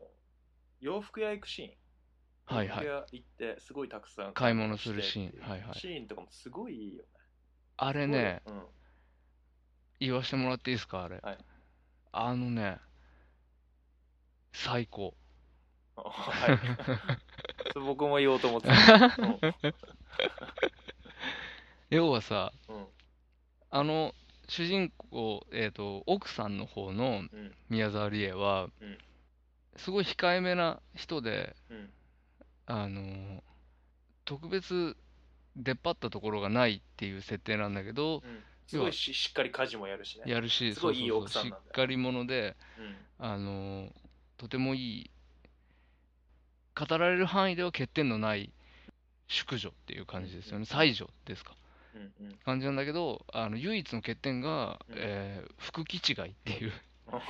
[SPEAKER 3] 洋服屋行くシーン、
[SPEAKER 4] はいはい
[SPEAKER 3] 洋服屋行ってすごいたくさん
[SPEAKER 4] 買い物するシーン
[SPEAKER 3] して
[SPEAKER 4] はいはい
[SPEAKER 3] シーンとかもすごいいいよ
[SPEAKER 4] あれ
[SPEAKER 3] ね
[SPEAKER 4] ね
[SPEAKER 3] うん、
[SPEAKER 4] 言わしてもらっていいですかあれ、
[SPEAKER 3] はい
[SPEAKER 4] あのね最高
[SPEAKER 3] あ はい、そう僕も言おうと思ってた、
[SPEAKER 4] 要はさ
[SPEAKER 3] うんうん
[SPEAKER 4] あの主人公、えー、と奥さんの方の
[SPEAKER 3] うん
[SPEAKER 4] 宮沢りえは、
[SPEAKER 3] うん
[SPEAKER 4] すごい控えめな人で、
[SPEAKER 3] うん
[SPEAKER 4] あのー特別出っ張ったところがないっていう設定なんだけど、
[SPEAKER 3] うん、すごいししっかり家事もやるしね
[SPEAKER 4] やるし
[SPEAKER 3] すごい
[SPEAKER 4] そう
[SPEAKER 3] いい
[SPEAKER 4] そう
[SPEAKER 3] 奥
[SPEAKER 4] そ
[SPEAKER 3] さ
[SPEAKER 4] うんし
[SPEAKER 3] なんだよ
[SPEAKER 4] っかり者で、
[SPEAKER 3] うん
[SPEAKER 4] あのーとてもいい語られる範囲では欠点のない淑女っていう感じですよね才女ですか
[SPEAKER 3] うんうん
[SPEAKER 4] 感じなんだけどあの唯一の欠点が、
[SPEAKER 3] うん
[SPEAKER 4] えー服着違いっていう
[SPEAKER 3] あ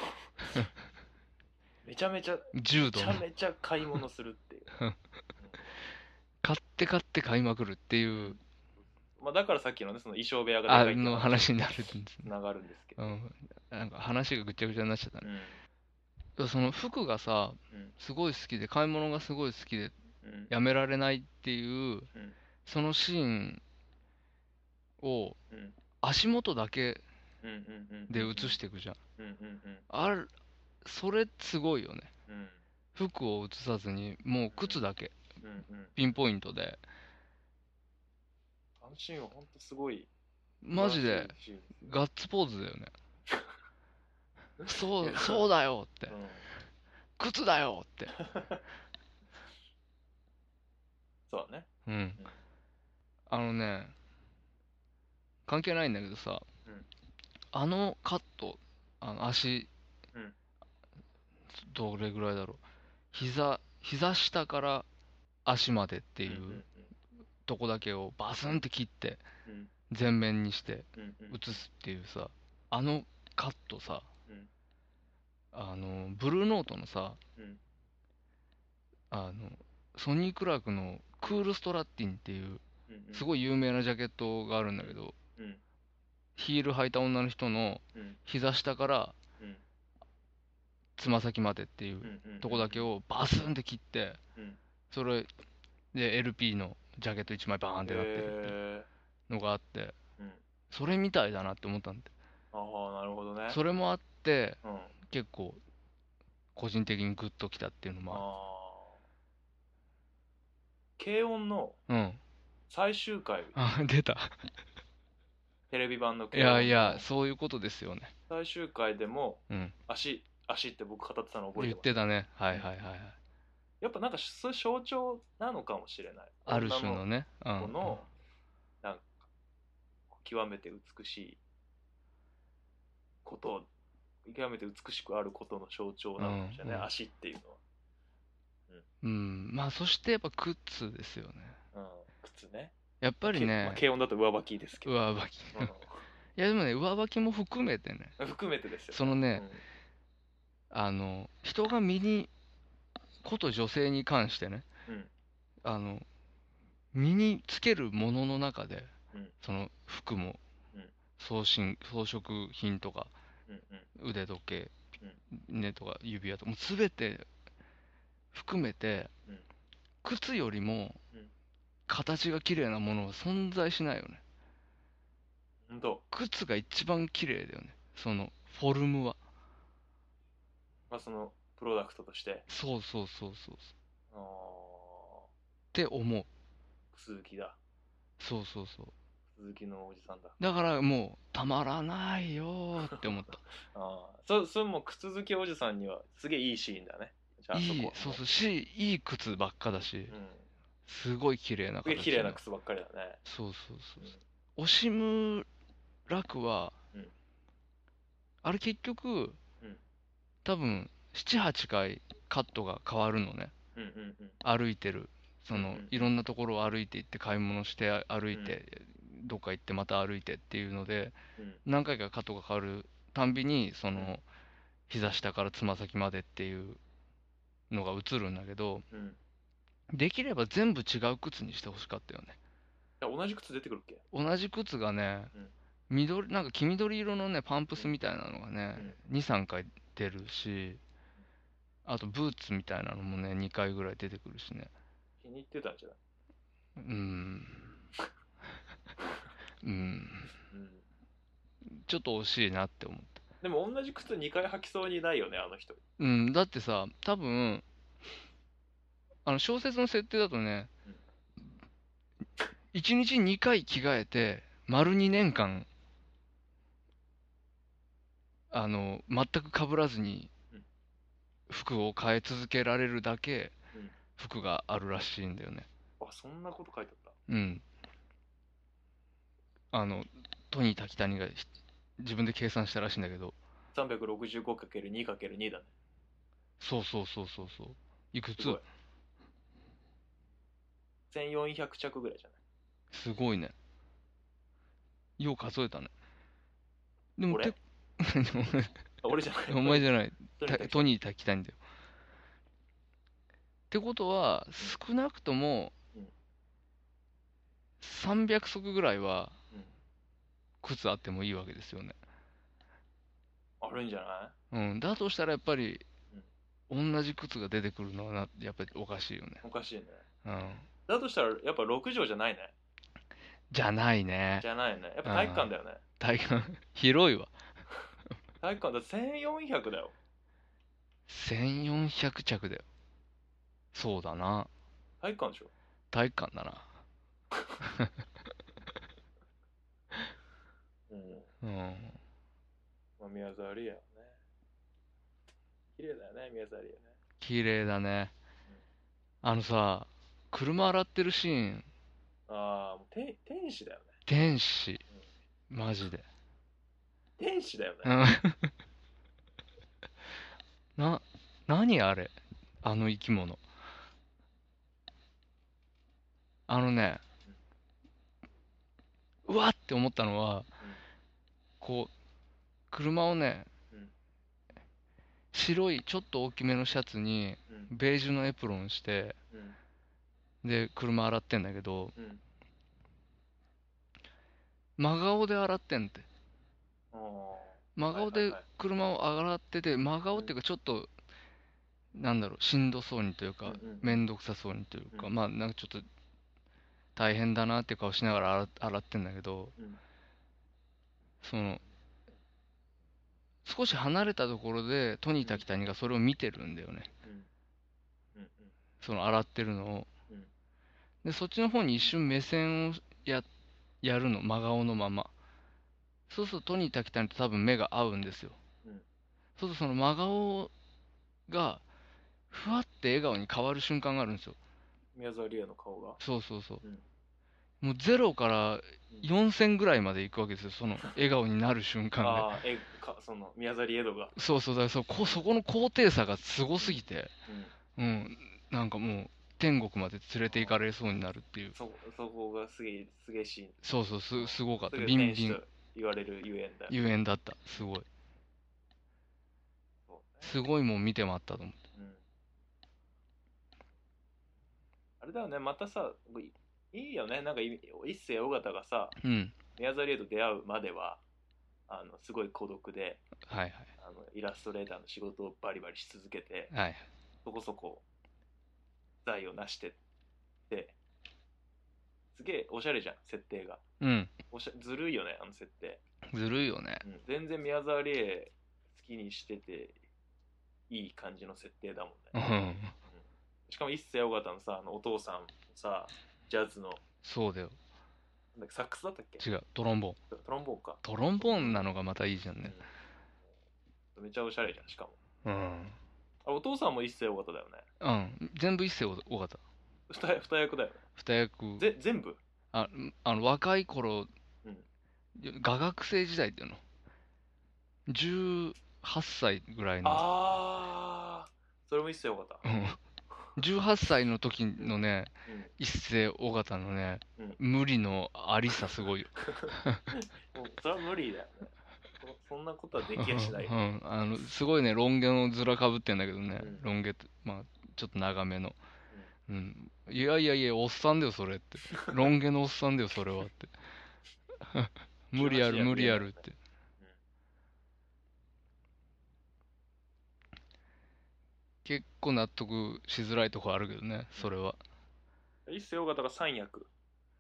[SPEAKER 3] めちゃめちゃ
[SPEAKER 4] 重
[SPEAKER 3] め
[SPEAKER 4] 度
[SPEAKER 3] ち
[SPEAKER 4] の
[SPEAKER 3] ゃめちゃ買い物するっていう、
[SPEAKER 4] 買って買って買いまくるっていう
[SPEAKER 3] まあ、だからさっきのねその衣装部屋がで
[SPEAKER 4] あ
[SPEAKER 3] かいっていう
[SPEAKER 4] の
[SPEAKER 3] 話に
[SPEAKER 4] 話になるんです
[SPEAKER 3] つながるんですけど、
[SPEAKER 4] うん、なんか話がぐちゃぐちゃになっちゃった
[SPEAKER 3] う
[SPEAKER 4] ね
[SPEAKER 3] ん
[SPEAKER 4] その服がさ
[SPEAKER 3] うん
[SPEAKER 4] すごい好きで買い物がすごい好きで
[SPEAKER 3] うん
[SPEAKER 4] やめられないっていう
[SPEAKER 3] うん
[SPEAKER 4] そのシーンを
[SPEAKER 3] うん
[SPEAKER 4] 足元だけ
[SPEAKER 3] うんうんうん
[SPEAKER 4] で映していくじゃん
[SPEAKER 3] うんうん
[SPEAKER 4] あれそれすごいよね
[SPEAKER 3] うんうん
[SPEAKER 4] 服を映さずにもう靴だけ
[SPEAKER 3] うんうん
[SPEAKER 4] ピンポイントで
[SPEAKER 3] あのシーンは本当すごい
[SPEAKER 4] マジで
[SPEAKER 3] 素晴らしいシ
[SPEAKER 4] ガッツポーズだよね そう
[SPEAKER 3] いや
[SPEAKER 4] そうだよって
[SPEAKER 3] ーンうん
[SPEAKER 4] 靴だよって
[SPEAKER 3] そうだね
[SPEAKER 4] うんあのね、関係ないんだけどさ、
[SPEAKER 3] うん
[SPEAKER 4] あのカット、あの足、
[SPEAKER 3] うん
[SPEAKER 4] どれぐらいだろう、膝、膝下から足までってい
[SPEAKER 3] ん
[SPEAKER 4] うとこだけをバスンって切って、
[SPEAKER 3] うん
[SPEAKER 4] 全面にして
[SPEAKER 3] うんうんうん
[SPEAKER 4] 映すっていうさ、あのカットさ、
[SPEAKER 3] うん
[SPEAKER 4] あの、ブルーノートのさ、
[SPEAKER 3] うん
[SPEAKER 4] あの、ソニー・クラークのクール・ストラッティンっていう、
[SPEAKER 3] うんうん、
[SPEAKER 4] すごい有名なジャケットがあるんだけど、
[SPEAKER 3] うん
[SPEAKER 4] ヒール履いた女の人の
[SPEAKER 3] うん
[SPEAKER 4] 膝下から
[SPEAKER 3] うん
[SPEAKER 4] つま先までっていう
[SPEAKER 3] うんうんうん
[SPEAKER 4] とこだけをバスンって切って
[SPEAKER 3] うん、
[SPEAKER 4] それで LP のジャケット1枚バーンってなってるって
[SPEAKER 3] へ
[SPEAKER 4] のがあって、
[SPEAKER 3] ーうん、
[SPEAKER 4] それみたいだなって思ったんで、
[SPEAKER 3] ああなるほどね
[SPEAKER 4] それもあって、
[SPEAKER 3] うん、あ
[SPEAKER 4] 結構個人的にグッときたっていうのも
[SPEAKER 3] あ軽音の
[SPEAKER 4] あるうん
[SPEAKER 3] 最終回
[SPEAKER 4] あ出た
[SPEAKER 3] テレビ版の
[SPEAKER 4] い
[SPEAKER 3] 軽音の
[SPEAKER 4] やいやそういうことですよね
[SPEAKER 3] 最終回でも
[SPEAKER 4] うん
[SPEAKER 3] 足足って僕語ってたの覚え
[SPEAKER 4] 言
[SPEAKER 3] て
[SPEAKER 4] っ
[SPEAKER 3] ます
[SPEAKER 4] てたねはいはいはいはい
[SPEAKER 3] やっぱなんかそういう象徴なのかもしれない
[SPEAKER 4] ある種の
[SPEAKER 3] ね
[SPEAKER 4] ねう
[SPEAKER 3] こ
[SPEAKER 4] ん
[SPEAKER 3] のなんか極めて美しいこと極めて美しくあることの象徴なのかもしれない、
[SPEAKER 4] うんうん
[SPEAKER 3] 足っていうの
[SPEAKER 4] うんまあそしてやっぱ靴ですよね
[SPEAKER 3] は、うん、靴ね
[SPEAKER 4] やっぱり
[SPEAKER 3] けま
[SPEAKER 4] ね
[SPEAKER 3] あ軽音だと上履きですけど、
[SPEAKER 4] 上履き いやでもね上履きも含めて ね
[SPEAKER 3] うん含めてですよ
[SPEAKER 4] そのね
[SPEAKER 3] うん
[SPEAKER 4] あの人が身にこと女性に関してね
[SPEAKER 3] うん
[SPEAKER 4] あの身につけるものの中で、
[SPEAKER 3] うん
[SPEAKER 4] その服も、
[SPEAKER 3] うん
[SPEAKER 4] 装身装飾品とか
[SPEAKER 3] うんうん
[SPEAKER 4] 腕時計、ねとか指輪とかもう全て含めて、
[SPEAKER 3] うん
[SPEAKER 4] 靴よりも
[SPEAKER 3] うん
[SPEAKER 4] 形が綺麗なものは存在しないよね
[SPEAKER 3] 本当、
[SPEAKER 4] 靴が一番綺麗だよねそのフォルムは
[SPEAKER 3] まあ、そのプロダクトとして
[SPEAKER 4] そうそうそうそうそうっ
[SPEAKER 3] あー
[SPEAKER 4] て思う
[SPEAKER 3] 鈴木だ
[SPEAKER 4] そうそうそう
[SPEAKER 3] 鈴木のおじさんだ
[SPEAKER 4] だからもうたまらないよーって思っ
[SPEAKER 3] ああそそれも靴好きおじさんにはすげえいいシーンだねじゃ
[SPEAKER 4] た
[SPEAKER 3] あ
[SPEAKER 4] い
[SPEAKER 3] そこ
[SPEAKER 4] い
[SPEAKER 3] は
[SPEAKER 4] そうそうしいい靴ばっかだし
[SPEAKER 3] うん、
[SPEAKER 4] すごい綺麗な
[SPEAKER 3] すげえ
[SPEAKER 4] 形
[SPEAKER 3] 綺麗な
[SPEAKER 4] の
[SPEAKER 3] 靴ばっかりだね
[SPEAKER 4] そうそうそうそう。惜しむ楽は、
[SPEAKER 3] うん
[SPEAKER 4] あれ結局、
[SPEAKER 3] うん
[SPEAKER 4] 多分7、8回カットが変わるのね。
[SPEAKER 3] うんうんうん
[SPEAKER 4] 歩いてる。その、
[SPEAKER 3] うんうん
[SPEAKER 4] いろんなところを歩いて行って買い物して歩いて、どっか行ってまた歩いてっていうので、
[SPEAKER 3] うん
[SPEAKER 4] 何回かカットが変わるたんびに、その、
[SPEAKER 3] うん
[SPEAKER 4] 膝下からつま先までっていうのが映るんだけど、
[SPEAKER 3] うん
[SPEAKER 4] できれば全部違う靴にしてほしかったよね。
[SPEAKER 3] いや同じ靴出てくるっけ
[SPEAKER 4] 同じ靴がね
[SPEAKER 3] うん、
[SPEAKER 4] 緑、なんか黄緑色のね、パンプスみたいなのがね、2、3回出るし、あとブーツみたいなのもね、2回ぐらい出てくるしね。
[SPEAKER 3] 気に入ってたんじゃないう
[SPEAKER 4] ーん。うん。
[SPEAKER 3] うん
[SPEAKER 4] ちょっと惜しいなって思った。
[SPEAKER 3] でも同じ靴2回履きそうにないよねあの人
[SPEAKER 4] うん、だってさ、多分、あの、小説の設定だとね
[SPEAKER 3] うん、
[SPEAKER 4] 1日2回着替えて、丸2年間、あの、全く被らずに
[SPEAKER 3] うん、
[SPEAKER 4] 服を変え続けられるだけ
[SPEAKER 3] うん、
[SPEAKER 4] 服があるらしいんだよね。
[SPEAKER 3] あそんなこと書いてあっ
[SPEAKER 4] うん。あの、トニー・タキタニがひ自分で計算したらしいんだけど、
[SPEAKER 3] た 365×2×2 だね
[SPEAKER 4] そうそうそうそうそう。いくつ
[SPEAKER 3] すごい1400着ぐらいじゃない
[SPEAKER 4] すごいね。よう数えたね。でも
[SPEAKER 3] 俺
[SPEAKER 4] け
[SPEAKER 3] あ俺じゃない
[SPEAKER 4] お前じゃない。
[SPEAKER 3] トニータ
[SPEAKER 4] た
[SPEAKER 3] キ
[SPEAKER 4] トニー炊きたいんだよ。ってことは、少なくとも
[SPEAKER 3] うん、
[SPEAKER 4] 300足ぐらいは
[SPEAKER 3] うん、
[SPEAKER 4] 靴あってもいいわけですよね。
[SPEAKER 3] あるんじゃない
[SPEAKER 4] うん。だとしたらやっぱり、同じ靴が出てくるのはな、やっぱりおかしいよね。
[SPEAKER 3] おかしいね
[SPEAKER 4] うん。
[SPEAKER 3] だとしたらやっぱ6畳じゃないね
[SPEAKER 4] じゃないね
[SPEAKER 3] じ。ゃないねやっぱ体育館だよね
[SPEAKER 4] 体感、 広いわ。
[SPEAKER 3] 体育館だ1400だよ
[SPEAKER 4] 1400着だよ。そうだな。
[SPEAKER 3] 体育館でしょ
[SPEAKER 4] 体育館だな。
[SPEAKER 3] うん
[SPEAKER 4] うん。
[SPEAKER 3] まあ、宮沢りえやね。綺麗だよね、宮沢りえね。
[SPEAKER 4] 綺麗だね。あのさ、車洗ってるシーン、
[SPEAKER 3] ああ、もう天天使だよね。
[SPEAKER 4] 天使。マジで。
[SPEAKER 3] 天使だよ
[SPEAKER 4] う
[SPEAKER 3] ね。
[SPEAKER 4] ん。 な、何あれあの生き物。あのね、うわって思ったのは、こう、車をね
[SPEAKER 3] うん、
[SPEAKER 4] 静白いちょっと大きめのシャツに
[SPEAKER 3] うん
[SPEAKER 4] ベージュのエプロンして
[SPEAKER 3] うん
[SPEAKER 4] で車洗ってんだけど
[SPEAKER 3] うん
[SPEAKER 4] 真顔で洗ってんって
[SPEAKER 3] あー
[SPEAKER 4] 真顔
[SPEAKER 3] はい
[SPEAKER 4] で
[SPEAKER 3] はいはい
[SPEAKER 4] 車を洗ってて真顔っていうかちょっとなんだろうしんどそうにというか
[SPEAKER 3] うんうん
[SPEAKER 4] 面倒くさそうにというか
[SPEAKER 3] うん
[SPEAKER 4] まあなんかちょっと大変だなっていう顔しながら洗洗ってんだけど
[SPEAKER 3] うん
[SPEAKER 4] その少し離れたところでトニー滝谷がそれを見てるんだよね
[SPEAKER 3] うんうんうん
[SPEAKER 4] その洗ってるのを
[SPEAKER 3] うん
[SPEAKER 4] でそっちの方に一瞬目線をややるの真顔のままそうするとトニー・タキタニと多分目が合うんですよ、
[SPEAKER 3] うん
[SPEAKER 4] そうするとその真顔がふわって笑顔に変わる瞬間があるんですよ
[SPEAKER 3] 宮沢りえの顔が
[SPEAKER 4] そうそうそう、
[SPEAKER 3] うん
[SPEAKER 4] もうゼロから4000ぐらいまでいくわけですよその笑顔になる瞬間が
[SPEAKER 3] ああーえかその宮沢りえ度が
[SPEAKER 4] そうそうだからそうこそこの高低差がすごすぎて
[SPEAKER 3] うん
[SPEAKER 4] うんなんかもう天国まで連れて行かれそうになるっていう
[SPEAKER 3] そそこがすげえすげえシーン
[SPEAKER 4] そうそうすすごかった
[SPEAKER 3] すぐ
[SPEAKER 4] ビン
[SPEAKER 3] 天
[SPEAKER 4] ビ
[SPEAKER 3] 使
[SPEAKER 4] ン
[SPEAKER 3] と言われるゆえんだよ
[SPEAKER 4] ゆえんだったすごい
[SPEAKER 3] そうね
[SPEAKER 4] すごいもん見てまったと思って
[SPEAKER 3] うんあれだよねまたさいいいよねなんかい一世尾形がさ
[SPEAKER 4] うん
[SPEAKER 3] 宮沢りえと出会うまではあのすごい孤独で
[SPEAKER 4] はい
[SPEAKER 3] あのイラストレーターの仕事をバリバリし続けて
[SPEAKER 4] はいはい
[SPEAKER 3] そこそこ財を成してってすげえおしゃれじゃん設定が
[SPEAKER 4] うん
[SPEAKER 3] おしゃずるいよねあの設定、
[SPEAKER 4] ずるいよね
[SPEAKER 3] うん全然宮沢りえ好きにしてていい感じの設定だもん
[SPEAKER 4] う
[SPEAKER 3] ね、
[SPEAKER 4] ん
[SPEAKER 3] しかも一世尾形のさあのお父さんもさジャズの
[SPEAKER 4] そうだよ
[SPEAKER 3] なんだっけサックスだったっけ
[SPEAKER 4] 違うトロンボー
[SPEAKER 3] ト
[SPEAKER 4] ン
[SPEAKER 3] ロンボーンか、
[SPEAKER 4] トロンボーンなのがまたいいじゃんね
[SPEAKER 3] うんめちゃおしゃれじゃんしかも
[SPEAKER 4] うん
[SPEAKER 3] あお父さんも一世尾形だよね
[SPEAKER 4] うん全部一世尾形
[SPEAKER 3] 二重二役だよね
[SPEAKER 4] 二役
[SPEAKER 3] ぜ全部
[SPEAKER 4] ああの若い頃
[SPEAKER 3] うん
[SPEAKER 4] 画学生時代っていうの18歳ぐらいの
[SPEAKER 3] ああそれも一世尾形
[SPEAKER 4] うん18歳の時のね
[SPEAKER 3] うん
[SPEAKER 4] 一世尾形のね
[SPEAKER 3] うん
[SPEAKER 4] 無理のありさす ごいよ
[SPEAKER 3] もうそれは無理だよねそそんなことはできやしないよ
[SPEAKER 4] う、ん、あのすごいねロン毛のずらかぶってんだけどね、
[SPEAKER 3] うん
[SPEAKER 4] ロン毛ってまあちょっと長めの、うんいやいやいやおっさんだよそれって ロン毛のおっさんだよそれはって無理ある無理あるって、
[SPEAKER 3] うん
[SPEAKER 4] 結構納得しづらいとこあるけどねそれは
[SPEAKER 3] 一世尾形が三役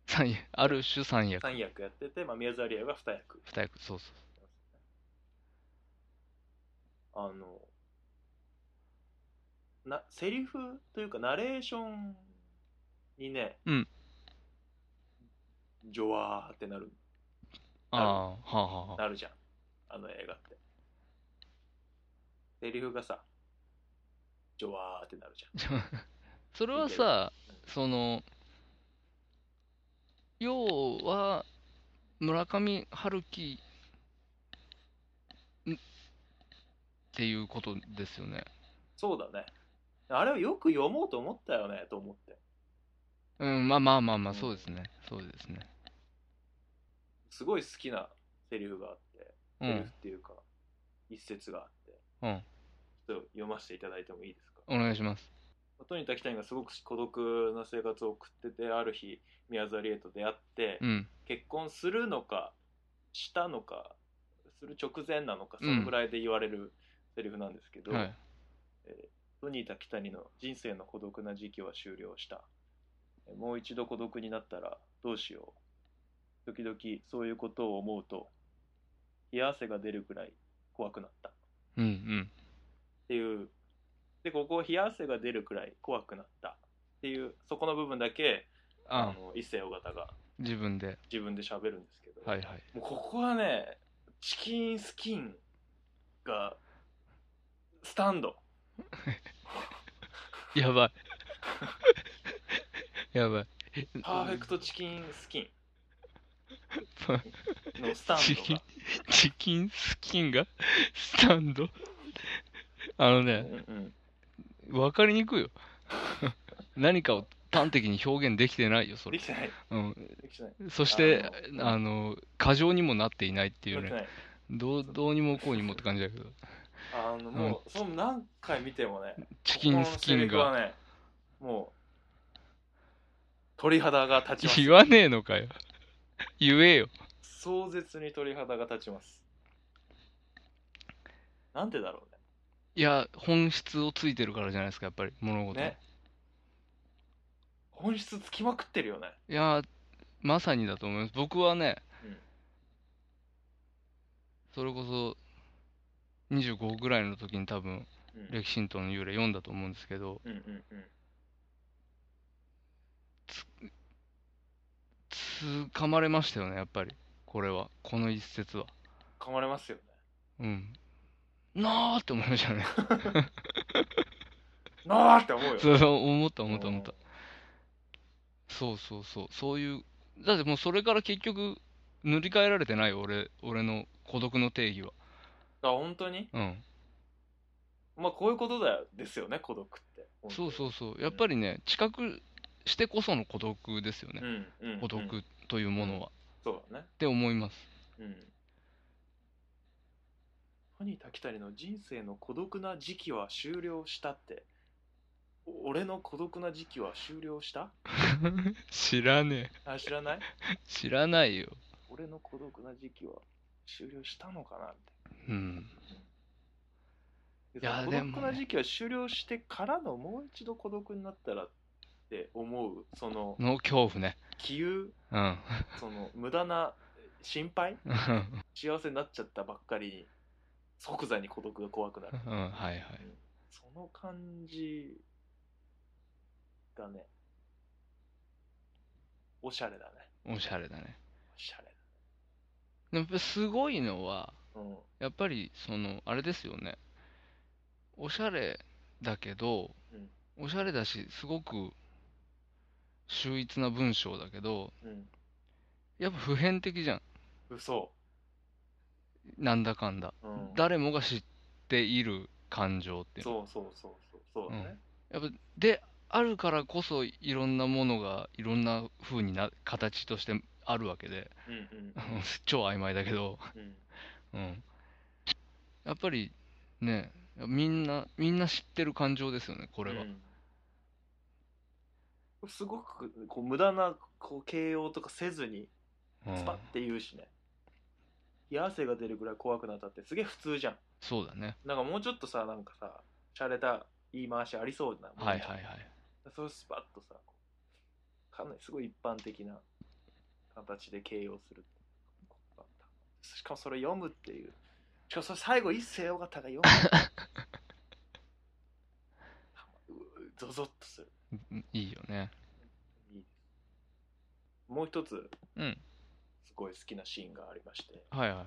[SPEAKER 4] 三役ある種三役
[SPEAKER 3] 三役やってて、まあ、宮沢りえが二役
[SPEAKER 4] 二役そうそう
[SPEAKER 3] あのなセリフというかナレーションにね、
[SPEAKER 4] うん
[SPEAKER 3] ジョワーってなる
[SPEAKER 4] ああはあはあはあ
[SPEAKER 3] なるじゃんあの映画ってセリフがさジョワーってなるじゃん
[SPEAKER 4] それはさ
[SPEAKER 3] うん、
[SPEAKER 4] その、要は、村上春樹んっていうことですよね。
[SPEAKER 3] そうだねあれをよく読もうと思ったよねと思って
[SPEAKER 4] うん、まあまあまあまあ、
[SPEAKER 3] うん
[SPEAKER 4] そうですね。そうですね。
[SPEAKER 3] すごい好きなセリフがあって
[SPEAKER 4] う
[SPEAKER 3] セリフっ
[SPEAKER 4] ん、
[SPEAKER 3] ていうか、一節があって
[SPEAKER 4] うん、
[SPEAKER 3] ちょっと読ませていただいてもいいですか
[SPEAKER 4] お願いします。
[SPEAKER 3] トニー・タキタニがすごく孤独な生活を送っててある日宮沢りえと出会って、
[SPEAKER 4] うん、
[SPEAKER 3] 結婚するのかしたのかする直前なのか
[SPEAKER 4] う
[SPEAKER 3] そ
[SPEAKER 4] ん
[SPEAKER 3] のぐらいで言われるセリフなんですけど、
[SPEAKER 4] はい。
[SPEAKER 3] トニー・タキタニの人生の孤独な時期は終了したもう一度孤独になったらどうしよう時々そういうことを思うと冷や汗が出るくらい怖くなった
[SPEAKER 4] うん、うん。
[SPEAKER 3] っていうでここ冷や汗が出るくらい怖くなったっていうそこの部分だけあ
[SPEAKER 4] あ
[SPEAKER 3] の一世尾形が
[SPEAKER 4] 自分で。
[SPEAKER 3] 自分で喋るんですけど、
[SPEAKER 4] はいはい。
[SPEAKER 3] もうここはねチキンスキンがスタンド
[SPEAKER 4] やば い。やばい。
[SPEAKER 3] パーフェクトチキンスキ
[SPEAKER 4] パー
[SPEAKER 3] ンのスタン
[SPEAKER 4] チ キンチキンスキンがスタンドあの
[SPEAKER 3] ド
[SPEAKER 4] ね、
[SPEAKER 3] が、うんうん
[SPEAKER 4] わかりにくいよ。 何かを端的に表現できてないよ、そ
[SPEAKER 3] で
[SPEAKER 4] れ
[SPEAKER 3] き。てない
[SPEAKER 4] うん、
[SPEAKER 3] できてない
[SPEAKER 4] そして、
[SPEAKER 3] あの
[SPEAKER 4] あの、過剰にもなっていないってい
[SPEAKER 3] で
[SPEAKER 4] う
[SPEAKER 3] きて
[SPEAKER 4] ね、
[SPEAKER 3] ない
[SPEAKER 4] どうどうにもこうにもって感じだけど。
[SPEAKER 3] あのもう、その何回見てもね
[SPEAKER 4] チキンスキン
[SPEAKER 3] ここのセリフは
[SPEAKER 4] が
[SPEAKER 3] ねもう鳥肌が立ちます
[SPEAKER 4] 言わねえのかよ 言えよ
[SPEAKER 3] 壮絶に鳥肌が立ちますなんでだろ
[SPEAKER 4] いや本質をついてるからじゃないですかやっぱり物
[SPEAKER 3] う
[SPEAKER 4] 事
[SPEAKER 3] ね
[SPEAKER 4] の
[SPEAKER 3] ね本質つきまくってるよね
[SPEAKER 4] いやーまさにだと思います僕はね、
[SPEAKER 3] うん
[SPEAKER 4] それこそ25ぐらいの時に多分
[SPEAKER 3] うん
[SPEAKER 4] 「歴史との幽霊」読んだと思うんですけど
[SPEAKER 3] うんうんうん
[SPEAKER 4] つかまれましたよねやっぱりこれはこの一節は
[SPEAKER 3] 噛まれますよね
[SPEAKER 4] うんなあって思いました ね
[SPEAKER 3] なあって思うよね
[SPEAKER 4] そうそう思った思った思っ
[SPEAKER 3] う
[SPEAKER 4] た
[SPEAKER 3] ん
[SPEAKER 4] そうそうそうそういうだってもうそれから結局塗り替えられてないよ俺俺の孤独の定義は
[SPEAKER 3] あ本当に
[SPEAKER 4] うん
[SPEAKER 3] まあこういうことだよですよね孤独って
[SPEAKER 4] そう
[SPEAKER 3] う
[SPEAKER 4] そうそうやっぱりね知覚してこその孤独ですよね、
[SPEAKER 3] んうん
[SPEAKER 4] 孤
[SPEAKER 3] うん
[SPEAKER 4] 独というものは、っ
[SPEAKER 3] そうだね
[SPEAKER 4] て思います
[SPEAKER 3] うんファニー滝谷の人生の孤独な時期は終了したってお俺の孤独な時期は終了した
[SPEAKER 4] 知らね
[SPEAKER 3] あ知ら ない
[SPEAKER 4] え知らないよ
[SPEAKER 3] 俺の孤独な時期は終了したのかなっ
[SPEAKER 4] うん
[SPEAKER 3] て
[SPEAKER 4] いや
[SPEAKER 3] 孤
[SPEAKER 4] で
[SPEAKER 3] 独
[SPEAKER 4] も
[SPEAKER 3] な
[SPEAKER 4] ね
[SPEAKER 3] 時期は終了してからのもう一度孤独になったらって思うその
[SPEAKER 4] の恐怖ね
[SPEAKER 3] 気憂
[SPEAKER 4] うん
[SPEAKER 3] その無駄な心配
[SPEAKER 4] うんは
[SPEAKER 3] 幸せになっちゃったばっかりに即座に孤独が怖くなる
[SPEAKER 4] いはい
[SPEAKER 3] その感じがねおしゃれだね
[SPEAKER 4] おしゃれだね
[SPEAKER 3] おしゃれ
[SPEAKER 4] でもやっぱすごいのは
[SPEAKER 3] だ、うん、
[SPEAKER 4] やっぱりそのあれですよねおしゃれだけど、
[SPEAKER 3] うん
[SPEAKER 4] おしゃれだしすごく秀逸な文章だけど
[SPEAKER 3] うん、
[SPEAKER 4] やっぱ普遍的じゃん
[SPEAKER 3] 嘘、
[SPEAKER 4] なんだかんだ
[SPEAKER 3] うん、
[SPEAKER 4] 誰もが知っている感情っていうの
[SPEAKER 3] そうそうそうそうそうだね、
[SPEAKER 4] やっぱであるからこそいろんなものがいろんな風にな形としてあるわけで
[SPEAKER 3] うんうん
[SPEAKER 4] 超曖昧だけど、
[SPEAKER 3] うん
[SPEAKER 4] うん、やっぱりねみんなみんな知ってる感情ですよねこ
[SPEAKER 3] こ
[SPEAKER 4] れは、
[SPEAKER 3] すごくこう無駄なこう形容とかせずに
[SPEAKER 4] うん
[SPEAKER 3] スパッて言うしね、冷や汗が出るぐらい怖くなったってすげえ普通じゃん
[SPEAKER 4] そうだね
[SPEAKER 3] なんかもうちょっとさなんかさ洒落た言い回しありそうなもんじゃん
[SPEAKER 4] はいはいはい
[SPEAKER 3] それスパッとさこうかなりすごい一般的な形で形容するしかもそれ読むっていうしかもそれ最後一世尾形が読むうゾゾッとする
[SPEAKER 4] うんいいよね
[SPEAKER 3] いいもう一つ
[SPEAKER 4] うん
[SPEAKER 3] すごい好きなシーンがありまして
[SPEAKER 4] はいはい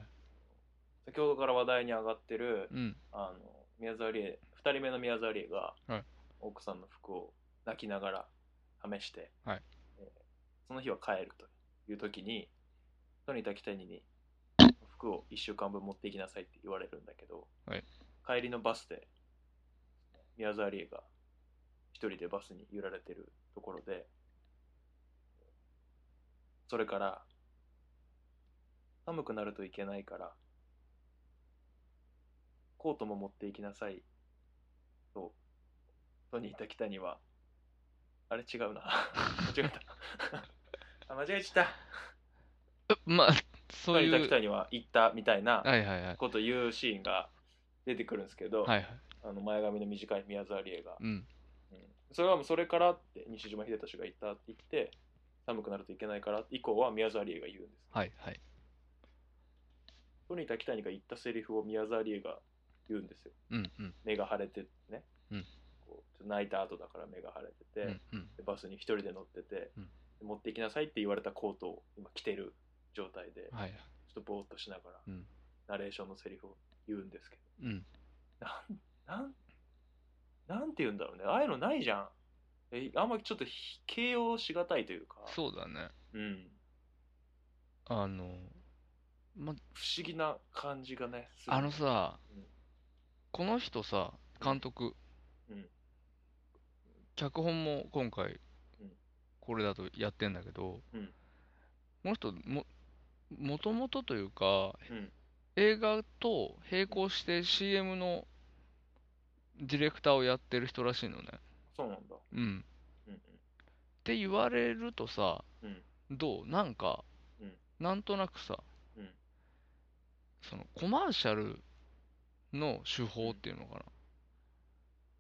[SPEAKER 3] 先ほどから話題に上がってる
[SPEAKER 4] うん
[SPEAKER 3] あの宮沢りえ2人目の宮沢りえが、
[SPEAKER 4] はい
[SPEAKER 3] 奥さんの服を泣きながら試して、
[SPEAKER 4] はい
[SPEAKER 3] えーその日は帰るという時にトニー・タキタニに服を1週間分持っていきなさいって言われるんだけど、
[SPEAKER 4] はい
[SPEAKER 3] 帰りのバスで宮沢りえが一人でバスに揺られてるところでそれから寒くなるといけないからコートも持っていきなさいとトニー・タキタニはあれ違うな 間違えたあ間違えちゃった
[SPEAKER 4] えまあそ
[SPEAKER 3] ト
[SPEAKER 4] う
[SPEAKER 3] ニー・
[SPEAKER 4] い
[SPEAKER 3] タキタ
[SPEAKER 4] う
[SPEAKER 3] ニは言ったみたいな
[SPEAKER 4] はいはいはい
[SPEAKER 3] こと言うシーンが出てくるんですけど、
[SPEAKER 4] はいはい
[SPEAKER 3] あの前髪の短い宮沢りえが、
[SPEAKER 4] うん
[SPEAKER 3] うんそれはもうそれからって西島秀俊が言ったって言って寒くなるといけないから以降は宮沢りえが言うんです
[SPEAKER 4] はいはい
[SPEAKER 3] トニー・タキタニが言ったセリフを宮沢りえが言うんですよ
[SPEAKER 4] うんうん
[SPEAKER 3] 目が腫れてね、
[SPEAKER 4] うん
[SPEAKER 3] こうちょっと泣いた後だから目が腫れてて、
[SPEAKER 4] うんうん
[SPEAKER 3] でバスに一人で乗ってて、
[SPEAKER 4] うん
[SPEAKER 3] で持っていきなさいって言われたコートを今着てる状態で、
[SPEAKER 4] はい
[SPEAKER 3] ちょっとぼーっとしながら、
[SPEAKER 4] うん
[SPEAKER 3] ナレーションのセリフを言うんですけ
[SPEAKER 4] うん
[SPEAKER 3] どなんなんなんて言うんだろうねああいうのないじゃんえあんまりちょっとひ形容しがたいというか
[SPEAKER 4] そうだね
[SPEAKER 3] うん、
[SPEAKER 4] あのま
[SPEAKER 3] 不思議な感じがねする
[SPEAKER 4] あのさ
[SPEAKER 3] うん、
[SPEAKER 4] この人さ、監督
[SPEAKER 3] うん、
[SPEAKER 4] 脚本も今回
[SPEAKER 3] うん、
[SPEAKER 4] これだとやってんだけど
[SPEAKER 3] うん、
[SPEAKER 4] この人も、もともとというか、
[SPEAKER 3] うん
[SPEAKER 4] 映画と並行して CM のディレクターをやってる人らしいのね。
[SPEAKER 3] そうなんだ。
[SPEAKER 4] うん。
[SPEAKER 3] うんうん
[SPEAKER 4] って言われるとさ、
[SPEAKER 3] うん
[SPEAKER 4] どうなんか、
[SPEAKER 3] うん
[SPEAKER 4] なんとなくさ、
[SPEAKER 3] うん
[SPEAKER 4] そのコマーシャルの手法っていうのかな、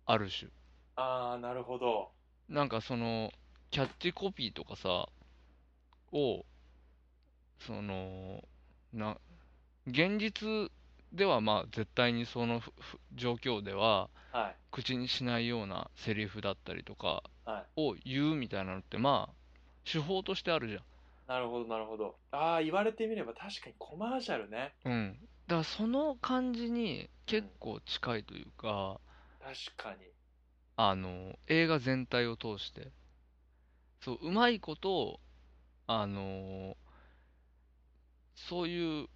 [SPEAKER 4] ある種
[SPEAKER 3] ああ、なるほど。
[SPEAKER 4] なんかそのキャッチコピーとかさをそのな現実ではまあ絶対にそのふふ状況では
[SPEAKER 3] はい。
[SPEAKER 4] 口にしないようなセリフだったりとか
[SPEAKER 3] は
[SPEAKER 4] を言うみたいなのってまあ手法としてあるじゃん
[SPEAKER 3] なるほど、なるほど。ああ、言われてみれば確かにコマーシャルね。
[SPEAKER 4] うん。だからその感じに結構近いというか、
[SPEAKER 3] 確かに。
[SPEAKER 4] あの、映画全体を通して、そう、うまいこと、あの、そういう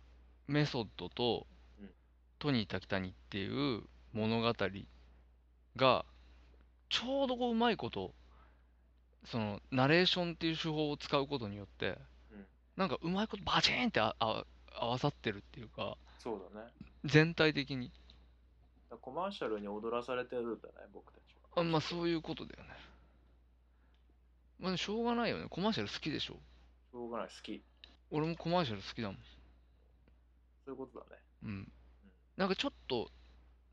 [SPEAKER 4] メソッドと
[SPEAKER 3] うん、
[SPEAKER 4] トニー・タキタニっていう物語が、ちょうどこううまいこと、その、ナレーションっていう手法を使うことによって
[SPEAKER 3] うん、
[SPEAKER 4] なんかうまいことバチーンってああ合わさってるっていうか、
[SPEAKER 3] そうだね。
[SPEAKER 4] 全体的に
[SPEAKER 3] だからコマーシャルに踊らされてるんだね、僕たちは。
[SPEAKER 4] あまあそういうことだよねまあでもしょうがないよねコマーシャル好きでしょ
[SPEAKER 3] しょうがない、好き。
[SPEAKER 4] 俺もコマーシャル好きだもん
[SPEAKER 3] そういうことだね。
[SPEAKER 4] うんなんかちょっと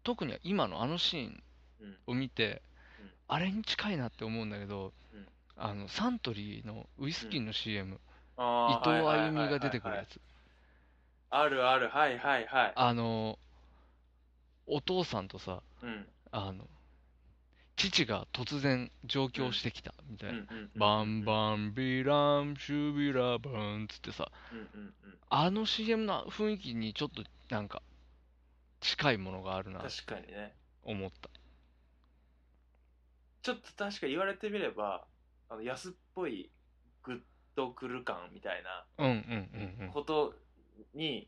[SPEAKER 4] 特に今のあのシーン
[SPEAKER 3] うん。
[SPEAKER 4] を見て
[SPEAKER 3] うん
[SPEAKER 4] あれに近いなって思うんだけど
[SPEAKER 3] うん
[SPEAKER 4] あのサントリーのウイスキーの CM 伊
[SPEAKER 3] あ
[SPEAKER 4] 藤
[SPEAKER 3] ーはいは
[SPEAKER 4] あ
[SPEAKER 3] い
[SPEAKER 4] ゆみが出てくる
[SPEAKER 3] はいはいは
[SPEAKER 4] や
[SPEAKER 3] い
[SPEAKER 4] つ
[SPEAKER 3] あるある、はいはいはい。
[SPEAKER 4] あのお父さんとさ
[SPEAKER 3] うん。
[SPEAKER 4] あの父が突然上京してきたみたいなバ
[SPEAKER 3] バ
[SPEAKER 4] ン
[SPEAKER 3] ン
[SPEAKER 4] バンビランシュビラバンつってさ
[SPEAKER 3] うんうんうん
[SPEAKER 4] あの CM の雰囲気にちょっとなんか近いものがあるなって
[SPEAKER 3] 確かにね
[SPEAKER 4] 思った
[SPEAKER 3] ちょっと確か言われてみればあの安っぽいグッとくる感みたいな
[SPEAKER 4] うんうんうん
[SPEAKER 3] ことに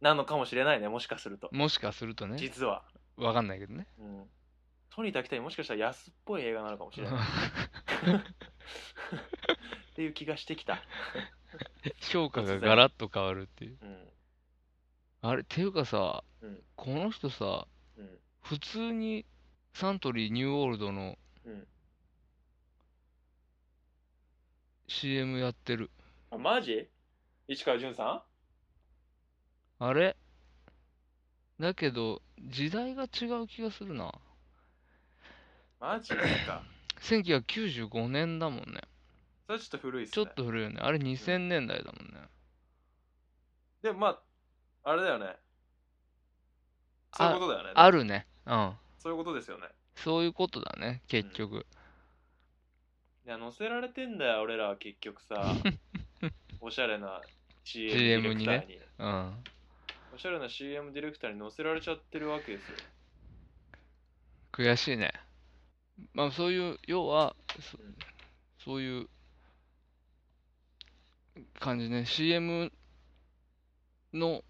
[SPEAKER 3] なのかもしれないねもしかすると
[SPEAKER 4] うんもしかするとね
[SPEAKER 3] 実は、
[SPEAKER 4] わかんないけどね
[SPEAKER 3] うん、トニー・タキタニもしかしたら安っぽい映画なのかも しれないっていう気がしてきた、
[SPEAKER 4] 評価がガラッと変わるっていう
[SPEAKER 3] うん
[SPEAKER 4] あれっていうかさ
[SPEAKER 3] うん
[SPEAKER 4] この人さ
[SPEAKER 3] うん
[SPEAKER 4] 普通にサントリーニューオールドの
[SPEAKER 3] うん、
[SPEAKER 4] CM やってる
[SPEAKER 3] あマジ市川淳さ
[SPEAKER 4] あれだけど時代が違う気がするなん
[SPEAKER 3] マジですか
[SPEAKER 4] 1995年だもんね
[SPEAKER 3] それはちょっと古いっす
[SPEAKER 4] ちょ
[SPEAKER 3] ね
[SPEAKER 4] っと古いよねあれ2000年代だもんね
[SPEAKER 3] でもまああれだよねそういうことだよね
[SPEAKER 4] あるねうん
[SPEAKER 3] そういうことですよね
[SPEAKER 4] そういうことだね、結局。
[SPEAKER 3] いや載せられてんだよ俺らは結局 さおしゃれな CM デ
[SPEAKER 4] CM
[SPEAKER 3] ィレクターに
[SPEAKER 4] うん。
[SPEAKER 3] おしゃれな CM ディレクターに載せられちゃってるわけですよ
[SPEAKER 4] 悔しいね。まあ、そういう、要は、そ
[SPEAKER 3] うん
[SPEAKER 4] そういう感じね。CM の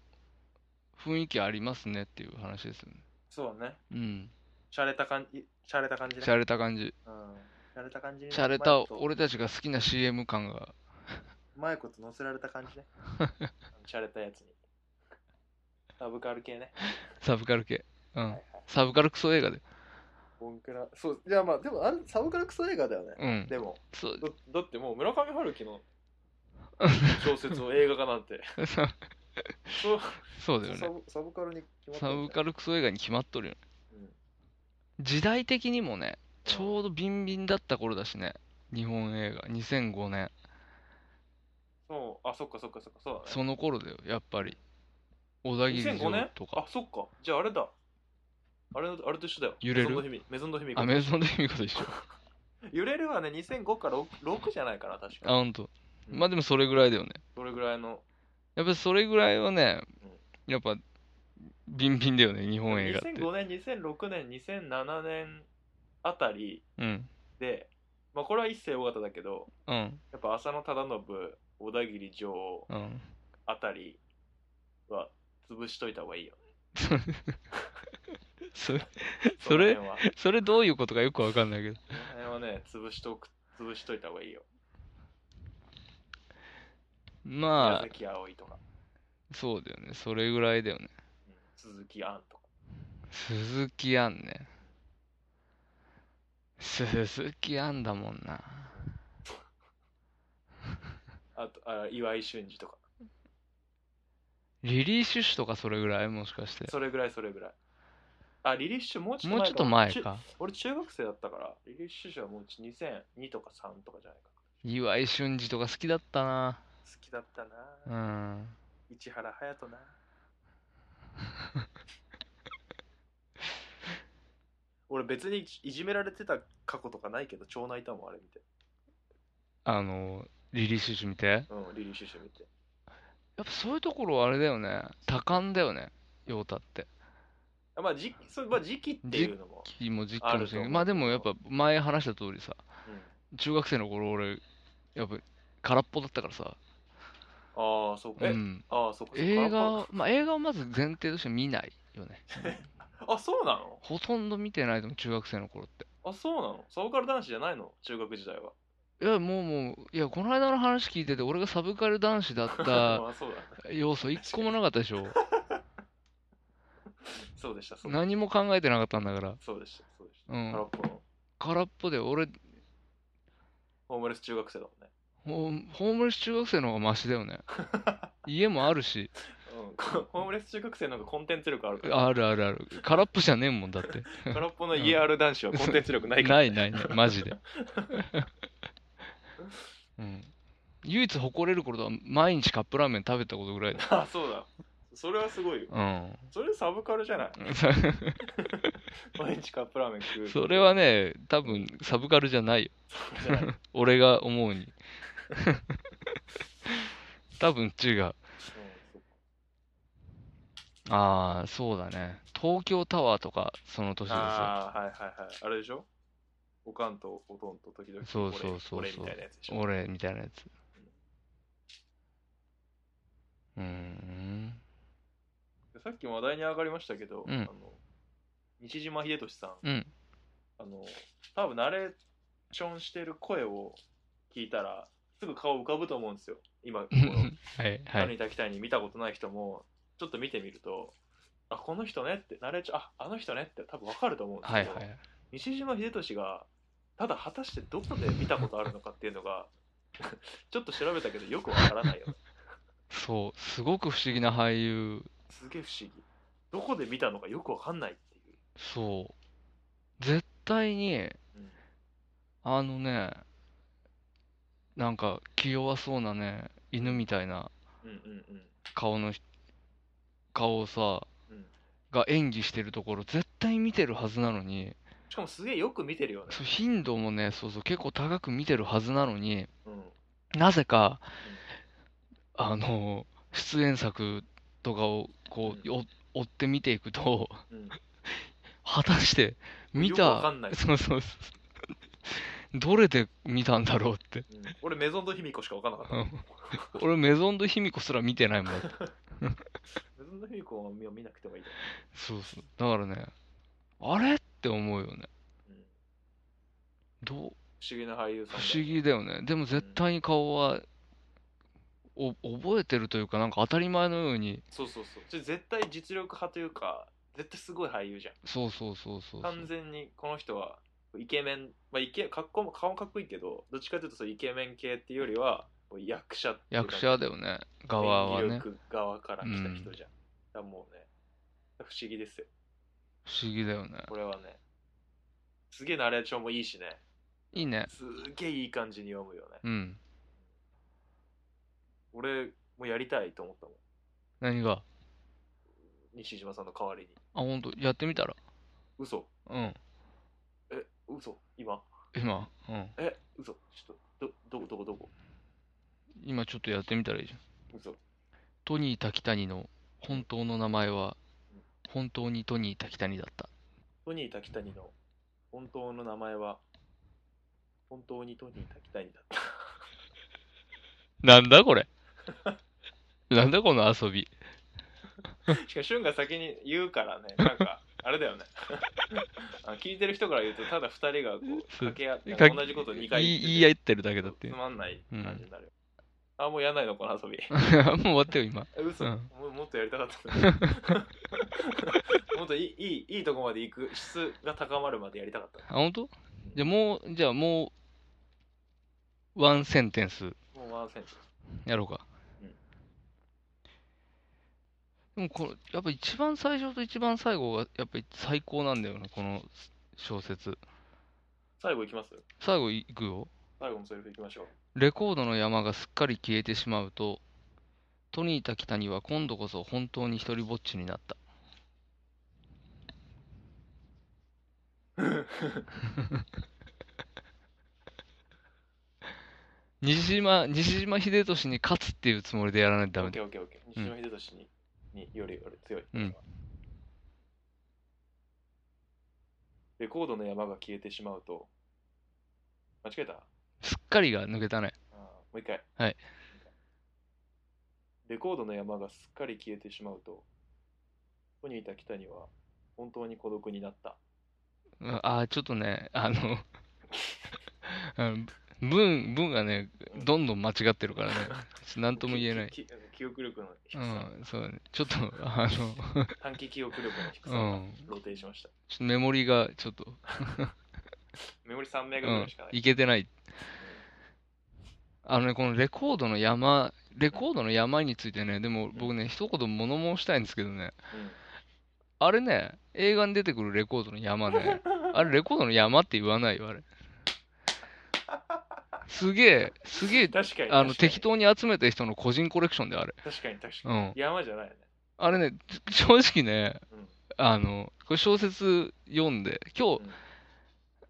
[SPEAKER 4] 雰囲気ありますねっていう話ですよね。
[SPEAKER 3] そうね
[SPEAKER 4] うん。
[SPEAKER 3] しゃれた感じしゃれた感じね
[SPEAKER 4] 洒落た感じ。
[SPEAKER 3] うんしゃれた感じに
[SPEAKER 4] 洒落た
[SPEAKER 3] うまいこと
[SPEAKER 4] 俺たちが好きな CM 感が。
[SPEAKER 3] うまいこと載せられた感 じねあのしゃれたやつにサブカル系ね
[SPEAKER 4] サブカル系。う
[SPEAKER 3] は
[SPEAKER 4] ん
[SPEAKER 3] い。
[SPEAKER 4] サブカルクソ映画で。
[SPEAKER 3] ボンクラそういやまあでもあれサブカルクソ映画だよね
[SPEAKER 4] うん。
[SPEAKER 3] でも
[SPEAKER 4] そう。
[SPEAKER 3] だだってもう村上春 樹の小説を映画化なんて そう
[SPEAKER 4] そうだよ
[SPEAKER 3] サ
[SPEAKER 4] ね。
[SPEAKER 3] ブサブカルに決まって
[SPEAKER 4] サ
[SPEAKER 3] るん
[SPEAKER 4] ブ
[SPEAKER 3] だよ
[SPEAKER 4] カルクソ映画に決まっとるよね。
[SPEAKER 3] うん
[SPEAKER 4] 時代的にもね、ちょうどビンビンだった頃だしね、日本映画、2005年、
[SPEAKER 3] そう、あ、そっかそっかそっか、そうだね。
[SPEAKER 4] その頃だよ、やっぱり。小田切
[SPEAKER 3] 2005
[SPEAKER 4] 城
[SPEAKER 3] 年
[SPEAKER 4] と
[SPEAKER 3] あ
[SPEAKER 4] か、、
[SPEAKER 3] そっか。じゃああれだ。あれあれと一緒だよ。
[SPEAKER 4] 揺れる
[SPEAKER 3] メゾンドヒミ
[SPEAKER 4] あ、
[SPEAKER 3] カ。
[SPEAKER 4] メゾンデミコと一緒。
[SPEAKER 3] 揺れるはね、2005から 6, 6じゃないかな、確
[SPEAKER 4] あ、
[SPEAKER 3] か。
[SPEAKER 4] ほんと。まあでもそれぐらいだよね。
[SPEAKER 3] どれぐらいの。
[SPEAKER 4] やっぱりそれぐらいはね、やっぱ、ビンビンだよね、日本映画って。
[SPEAKER 3] 2005年、2006年、2007年あたり
[SPEAKER 4] うん。
[SPEAKER 3] で、まあこれは一世尾形だけど、
[SPEAKER 4] うん。
[SPEAKER 3] やっぱ浅野忠信、小田切城
[SPEAKER 4] うん。
[SPEAKER 3] あたりは潰しといた方がいいよ。
[SPEAKER 4] そ れ、それ
[SPEAKER 3] の辺は
[SPEAKER 4] それどういうことかよくわかんないけど。
[SPEAKER 3] その辺はね、潰しとく、潰しといた方がいいよ。宮
[SPEAKER 4] まあ、
[SPEAKER 3] 崎葵とか、
[SPEAKER 4] そうだよね、それぐらいだよね。
[SPEAKER 3] うん鈴木杏とか。
[SPEAKER 4] 鈴木杏ね。鈴木あんだもんな。
[SPEAKER 3] あとあ岩井俊二とか
[SPEAKER 4] リリー・シュシュとかそれぐらいもしかして。
[SPEAKER 3] それぐらいそれぐらいあリリッシュもうちょっと
[SPEAKER 4] もう
[SPEAKER 3] 前
[SPEAKER 4] ちょっと前か。
[SPEAKER 3] 俺中学生だったからリリッシュ氏はもう2002とか3とかじゃないか
[SPEAKER 4] 岩井俊二とか好きだったな。
[SPEAKER 3] 好きだったな、
[SPEAKER 4] うん。
[SPEAKER 3] 市原隼人 な俺別にいじめられてた過去とかないけど超泣いたもんあれ見て
[SPEAKER 4] あの、リリー・シュシュ見て。やっ
[SPEAKER 3] うんリリッシュ氏見て
[SPEAKER 4] ぱそういうところあれだよね。多感だよね。ヨータって。
[SPEAKER 3] あまあ時期そうまあ時期っていうのも、
[SPEAKER 4] 気も実感もしれ
[SPEAKER 3] あると
[SPEAKER 4] な
[SPEAKER 3] 思
[SPEAKER 4] いうまあでもやっぱ前話した通りさ、
[SPEAKER 3] うん
[SPEAKER 4] 中学生の頃俺、やっぱ空っぽだったからさ。
[SPEAKER 3] ああそうか
[SPEAKER 4] う
[SPEAKER 3] え、
[SPEAKER 4] ん。
[SPEAKER 3] ああそうかそうか
[SPEAKER 4] 映
[SPEAKER 3] 空っ
[SPEAKER 4] 画、まあ映画をまず前提として見ないよね。
[SPEAKER 3] ぽあそうなの
[SPEAKER 4] ほとんど見てないと思う、中学生の頃って。
[SPEAKER 3] あそうなのサブカル男子じゃないの中学時代は
[SPEAKER 4] いや、もうもう、いや、この間の話聞いてて、俺がサブカル男子だっ
[SPEAKER 3] まあそうだね
[SPEAKER 4] た要素一個もなかったでしょ。
[SPEAKER 3] そうでしたそうでした
[SPEAKER 4] 何も考えてなかったんだから。
[SPEAKER 3] そうでしたそうでした、
[SPEAKER 4] うん
[SPEAKER 3] 空っぽの
[SPEAKER 4] 空っぽで、俺、
[SPEAKER 3] ホームレス中学生だもんね
[SPEAKER 4] ホーホームレス中学生の方がマシ だよね。家もあるし、
[SPEAKER 3] うん、こホームレス中学生の方がコンテンツ力あるから
[SPEAKER 4] あるあるある。空っぽじゃねえもんだって。
[SPEAKER 3] 空っぽの家ある男子はコンテンツ力ないから、
[SPEAKER 4] ないないない、マジで。うん。唯一誇れることは、毎日カップラーメン食べたことぐらいだ。
[SPEAKER 3] あそうだそれはすごいよ
[SPEAKER 4] うん。
[SPEAKER 3] それサブカルじゃない毎日カップラーメン食う
[SPEAKER 4] それはね、多分サブカルじゃないよ。
[SPEAKER 3] じゃ ないうん
[SPEAKER 4] 俺が思うに。 多分違
[SPEAKER 3] そ
[SPEAKER 4] う。
[SPEAKER 3] う
[SPEAKER 4] ああ、そうだね。東京タワーとか、その年ですよ。
[SPEAKER 3] ああはいはいはいあれでしょおかんとおとんと時々
[SPEAKER 4] そうそうそうそ
[SPEAKER 3] 俺
[SPEAKER 4] う
[SPEAKER 3] 俺みたいなやつでしょ
[SPEAKER 4] 俺みたいなやつ。うーん。
[SPEAKER 3] さっきも話題に上がりましたけど、
[SPEAKER 4] うん
[SPEAKER 3] あの西島秀俊さん、
[SPEAKER 4] うん
[SPEAKER 3] あの多分ナレーションしてる声を聞いたらすぐ顔浮かぶと思うんですよ今この
[SPEAKER 4] はい、
[SPEAKER 3] 「
[SPEAKER 4] は
[SPEAKER 3] 何
[SPEAKER 4] い。
[SPEAKER 3] に炊きたい」に見たことない人もちょっと見てみるとあこの人ねってナレーションああの人ねって多分わかると思うんです
[SPEAKER 4] は
[SPEAKER 3] け
[SPEAKER 4] い、
[SPEAKER 3] ど、
[SPEAKER 4] はい。
[SPEAKER 3] 西島秀俊がただ果たしてどこで見たことあるのかっていうのが ちょっと調べたけどよくわからないよね
[SPEAKER 4] そう、すごく不思議な俳優。
[SPEAKER 3] すげえ不思議どこで見たのかよくわかんないっていう、
[SPEAKER 4] そう。絶対に、
[SPEAKER 3] うん
[SPEAKER 4] あのね、なんか、気弱そうなね、犬みたいな
[SPEAKER 3] うんうんうん
[SPEAKER 4] 顔のひ、顔をさ、
[SPEAKER 3] うん
[SPEAKER 4] が演技してるところ、絶対見てるはずなのに、
[SPEAKER 3] しかもすげえよく見てるよね。
[SPEAKER 4] そう頻度もね、そうそう、結構高く見てるはずなのに、
[SPEAKER 3] うん、
[SPEAKER 4] なぜか、あの、出演作とかをこう、
[SPEAKER 3] う
[SPEAKER 4] お追って見ていくと、
[SPEAKER 3] うん、
[SPEAKER 4] 果たして見
[SPEAKER 3] よくわか
[SPEAKER 4] た、
[SPEAKER 3] んない
[SPEAKER 4] そうそうそう、どれで見たんだろうって。
[SPEAKER 3] うん俺、メゾンド卑弥呼しか分かんなかった。
[SPEAKER 4] うん俺、メゾンド卑弥呼すら見てないもんだって。
[SPEAKER 3] メゾンド卑弥呼は見なくてもいいと思
[SPEAKER 4] そうそう。だからね、あれって思うよね。
[SPEAKER 3] う、うん
[SPEAKER 4] どう、
[SPEAKER 3] 不思議な俳優さん
[SPEAKER 4] 不
[SPEAKER 3] だ
[SPEAKER 4] 思議だよね。でも絶対に顔は、お、覚えてるというか、なんか当たり前のように、
[SPEAKER 3] そうそうそう。それ絶対実力派というか、絶対すごい俳優じゃん。
[SPEAKER 4] そうそうそうそうそう。
[SPEAKER 3] 完全にこの人はイケメン、まあ、イケ格好も顔もかっこいいけど、どっちかというとそうイケメン系っていうよりは、こう役者っていう
[SPEAKER 4] 役
[SPEAKER 3] か
[SPEAKER 4] 者だよね、側は
[SPEAKER 3] 演技
[SPEAKER 4] ね。
[SPEAKER 3] 力側から来た人じゃん。だからもうね、不思議ですよ。
[SPEAKER 4] 不思議だよね。
[SPEAKER 3] これはね。すげえナレーションもいいしね。
[SPEAKER 4] いいね。
[SPEAKER 3] すげえいい感じに読むよね。
[SPEAKER 4] うん。
[SPEAKER 3] 俺もやりたいと思ったもん
[SPEAKER 4] 何があ、
[SPEAKER 3] 西島さんの代わりに
[SPEAKER 4] ほんと、やってみたら。
[SPEAKER 3] 嘘
[SPEAKER 4] うん。
[SPEAKER 3] え嘘今
[SPEAKER 4] 今、うん。
[SPEAKER 3] え嘘ちょっとどどこどこどこ
[SPEAKER 4] 今ちょっとやってみたらいいじゃん。
[SPEAKER 3] 嘘
[SPEAKER 4] トニー・タキタニの本当の名前は、本当にトニー・タキタニだった。
[SPEAKER 3] トニー・タキタニの本当の名前は本当にトニー・タキタニだった
[SPEAKER 4] なんだ これなんだこの遊び。
[SPEAKER 3] しかも俊が先に言うからねなんかあれだよねあ聞いてる人から言うとただ二人がこう掛け合って
[SPEAKER 4] か
[SPEAKER 3] 同じこと2
[SPEAKER 4] 言
[SPEAKER 3] 回
[SPEAKER 4] い言い合
[SPEAKER 3] 言っ
[SPEAKER 4] ってるだけ
[SPEAKER 3] て
[SPEAKER 4] だって
[SPEAKER 3] つ。まんない感じになるよ、あもうやんないのこの遊び
[SPEAKER 4] もう終わったよ、今。
[SPEAKER 3] え嘘、
[SPEAKER 4] うん
[SPEAKER 3] ももっとやりたかったのに もっといいいいいいとこまで行く質が高まるまでやりたかったの
[SPEAKER 4] あ、ほんと
[SPEAKER 3] うん
[SPEAKER 4] じゃあもう、じゃあもう、ワンセンテンス
[SPEAKER 3] もうワンセンス。
[SPEAKER 4] やろうか
[SPEAKER 3] うん。
[SPEAKER 4] でもこの、やっぱ一番最初と一番最後が、やっぱり最高なんだよな、この小説。
[SPEAKER 3] 最後いきます
[SPEAKER 4] 最後いくよ。
[SPEAKER 3] 最後のセリフいきましょう。
[SPEAKER 4] レコードの山がすっかり消えてしまうと、トニータキタニは今度こそ本当に一人ぼっちに なった。西島、西島秀俊に勝つっていうつもりでやらないとダ
[SPEAKER 3] オ
[SPEAKER 4] メ
[SPEAKER 3] ッケ
[SPEAKER 4] だよ。
[SPEAKER 3] ーオッケーオッケー。西島秀俊に,、によりより強い。
[SPEAKER 4] うん
[SPEAKER 3] レコードの山が消えてしまうと、間違えた
[SPEAKER 4] すっかりが抜けたね。
[SPEAKER 3] あーもう一回。
[SPEAKER 4] はい。
[SPEAKER 3] レコードの山がすっかり消えてしまうと、ここにいた北には本当に孤独になった。
[SPEAKER 4] うんあー、ちょっとね、あの、 あの文、文がね、どんどん間違ってるからね、ちょっとなんとも言えない。
[SPEAKER 3] き。き記憶力の低
[SPEAKER 4] う
[SPEAKER 3] さ、
[SPEAKER 4] ん、そうだね。ちょ っと、あの、
[SPEAKER 3] 短期記憶力の低さ
[SPEAKER 4] う
[SPEAKER 3] が
[SPEAKER 4] ん、
[SPEAKER 3] 露呈しました。
[SPEAKER 4] ちょっとメモリがちょっと、
[SPEAKER 3] メモリ3メガ
[SPEAKER 4] う
[SPEAKER 3] ぐら
[SPEAKER 4] ん
[SPEAKER 3] いしかない。、
[SPEAKER 4] いけてない。あのね、このレコードの山、レコードの山についてね、でも僕ね、一言物申したいんですけどね、あれね、映画に出てくるレコードの 山ね、あれレコードの山って言わないよ、あれ。すげえ、す
[SPEAKER 3] う
[SPEAKER 4] げえ
[SPEAKER 3] ん、、確かに
[SPEAKER 4] あの、
[SPEAKER 3] 確かに
[SPEAKER 4] 適当に集めた人の個人コレクションであれ。
[SPEAKER 3] 確かに確か
[SPEAKER 4] う
[SPEAKER 3] に。
[SPEAKER 4] ん。
[SPEAKER 3] 山じゃないよね。
[SPEAKER 4] あれね、 正直ね、
[SPEAKER 3] うん
[SPEAKER 4] あの、これ小説読んで、今
[SPEAKER 3] うん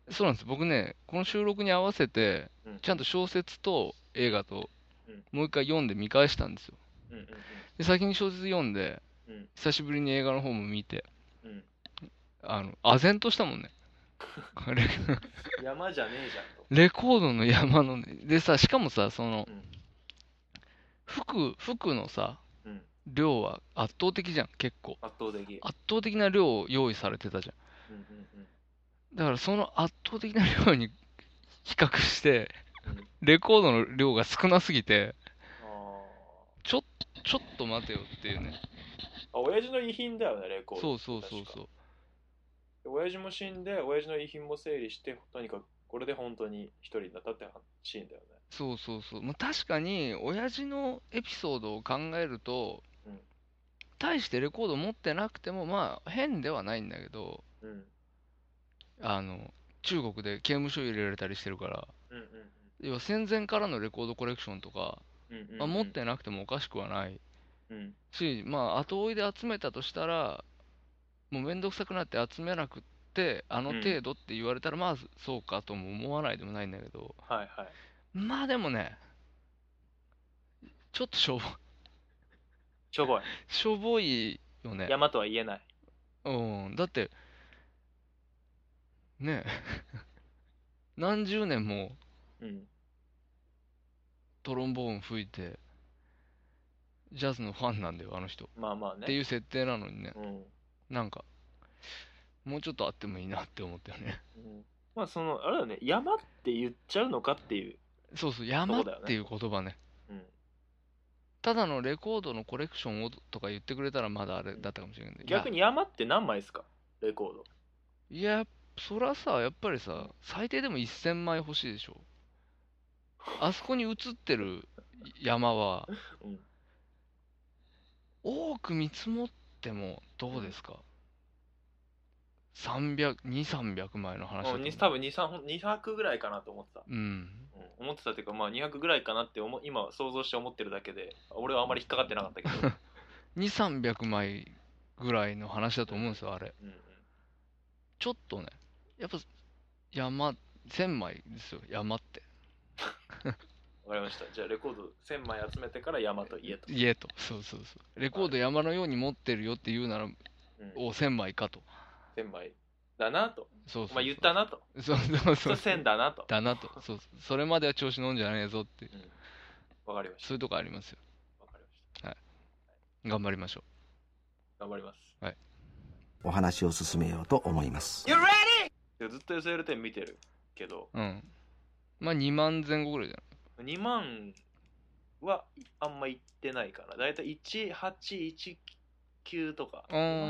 [SPEAKER 4] 日、そうなんです。僕ね、この収録に合わせて、
[SPEAKER 3] うん
[SPEAKER 4] ちゃんと小説と映画と
[SPEAKER 3] うん、
[SPEAKER 4] もう一回読んで見返したんですよ。
[SPEAKER 3] うんうん
[SPEAKER 4] で、先に小説読んで
[SPEAKER 3] うん、
[SPEAKER 4] 久しぶりに映画の方も見て、
[SPEAKER 3] うんうん
[SPEAKER 4] あの、唖然としたもんね。 レ、
[SPEAKER 3] 山じゃねえじゃんと。
[SPEAKER 4] レコードの山のね、でさ、しかもさ、その
[SPEAKER 3] うん、
[SPEAKER 4] 服、服のさ、
[SPEAKER 3] うん、
[SPEAKER 4] 量は圧倒的じゃん、結構。
[SPEAKER 3] 圧倒的。
[SPEAKER 4] 圧倒的な量を用意されてたじゃ
[SPEAKER 3] うんうんうん
[SPEAKER 4] ん。だからその圧倒的な量に 比較して
[SPEAKER 3] うん、
[SPEAKER 4] レコードの量が少なすぎて、
[SPEAKER 3] あ
[SPEAKER 4] ちょっちょっと待てよっていうね。
[SPEAKER 3] ーあ、親父の遺品だよね、レコード。
[SPEAKER 4] そうそうそうそう。
[SPEAKER 3] 親父も死んで、親父の遺品も整理して、とにかくこれで本当に一人になったってシーンだよね。
[SPEAKER 4] そうそうそう。まあ、確かに、親父のエピソードを考えると
[SPEAKER 3] うん、
[SPEAKER 4] 大してレコード持ってなくても、まあ、変ではないんだけど、
[SPEAKER 3] うん。
[SPEAKER 4] あの、中国で刑務所入れられたりしてるから、
[SPEAKER 3] うんうん
[SPEAKER 4] 要は戦前からのレコードコレクションとか、
[SPEAKER 3] うんうんうんうん。
[SPEAKER 4] まあ、持ってなくてもおかしくはない
[SPEAKER 3] うん。
[SPEAKER 4] し、まあ、後追いで集めたとしたら、もうめんどくさくなって集めなくって、あの
[SPEAKER 3] うん
[SPEAKER 4] 程度って言われたら、まあ、そうかとも思わないでもないんだけど、
[SPEAKER 3] はいはい。
[SPEAKER 4] まあでもね、ちょっとしょぼ、
[SPEAKER 3] ちょぼい。
[SPEAKER 4] しょぼいよね。
[SPEAKER 3] 山とは言えない。
[SPEAKER 4] うん、だって、ねえ、 何十年も
[SPEAKER 3] うん。
[SPEAKER 4] トロンボーン吹いて、ジャズのファンなんだよ、あの人。
[SPEAKER 3] まあまあね。
[SPEAKER 4] っていう設定なのにね、
[SPEAKER 3] うん。
[SPEAKER 4] なんか、もうちょっとあってもいいなって思ったよね。
[SPEAKER 3] うん。まあその、あれだよね、山って言っちゃうのかっていう。
[SPEAKER 4] そうそう、山
[SPEAKER 3] そ
[SPEAKER 4] っ
[SPEAKER 3] うだよね
[SPEAKER 4] ていう言葉ね。
[SPEAKER 3] うん。
[SPEAKER 4] ただのレコードのコレクションをとか言ってくれたらまだあれだったかもしれないけど。
[SPEAKER 3] 逆に山って何枚ですかレコード。
[SPEAKER 4] いや、そらさ、やっぱりさ、最低でも1000枚欲しいでしょ。あそこに映ってる山は
[SPEAKER 3] うん、
[SPEAKER 4] 多く見積もってもどうですか ?300、2、300枚の話だ
[SPEAKER 3] う
[SPEAKER 4] と思
[SPEAKER 3] ん、
[SPEAKER 4] う
[SPEAKER 3] に多分2、3 200ぐらいかなと思ってた。
[SPEAKER 4] うん。
[SPEAKER 3] うん、思ってたっていうか、まあ200ぐらいかなって思今は想像して思ってるだけで、俺はあんまり引っかかってなかったけど。
[SPEAKER 4] 2、300枚ぐらいの話だと思うんですよ、あれ。
[SPEAKER 3] うんうん。
[SPEAKER 4] ちょっとね、やっぱ山、1000枚ですよ、山って。
[SPEAKER 3] わかりました。じゃあレコード1000枚集めてから山と家と。
[SPEAKER 4] 家と。そうそうそう。レコード山のように持ってるよって言うなら、
[SPEAKER 3] うん、
[SPEAKER 4] お、1000枚かと。
[SPEAKER 3] 1000枚だなと。
[SPEAKER 4] そう
[SPEAKER 3] お
[SPEAKER 4] そうそう
[SPEAKER 3] 前言ったなと。
[SPEAKER 4] そうそう
[SPEAKER 3] そ
[SPEAKER 4] そう
[SPEAKER 3] れ1000だなと。
[SPEAKER 4] だなとそうそうそれまでは調子乗んじゃねえぞっていう
[SPEAKER 3] うんわかりまし
[SPEAKER 4] そういうとこありますよ
[SPEAKER 3] た。わかりました。
[SPEAKER 4] 頑張りましょ
[SPEAKER 3] 頑張ります。
[SPEAKER 2] お話を進めようと思います。
[SPEAKER 3] いやずっと SL10 見てるけど、
[SPEAKER 4] ううんまあ2万前後ぐらいじゃ
[SPEAKER 3] 2万はあんま行ってないから、だいたい1819とか、
[SPEAKER 4] ない
[SPEAKER 3] あ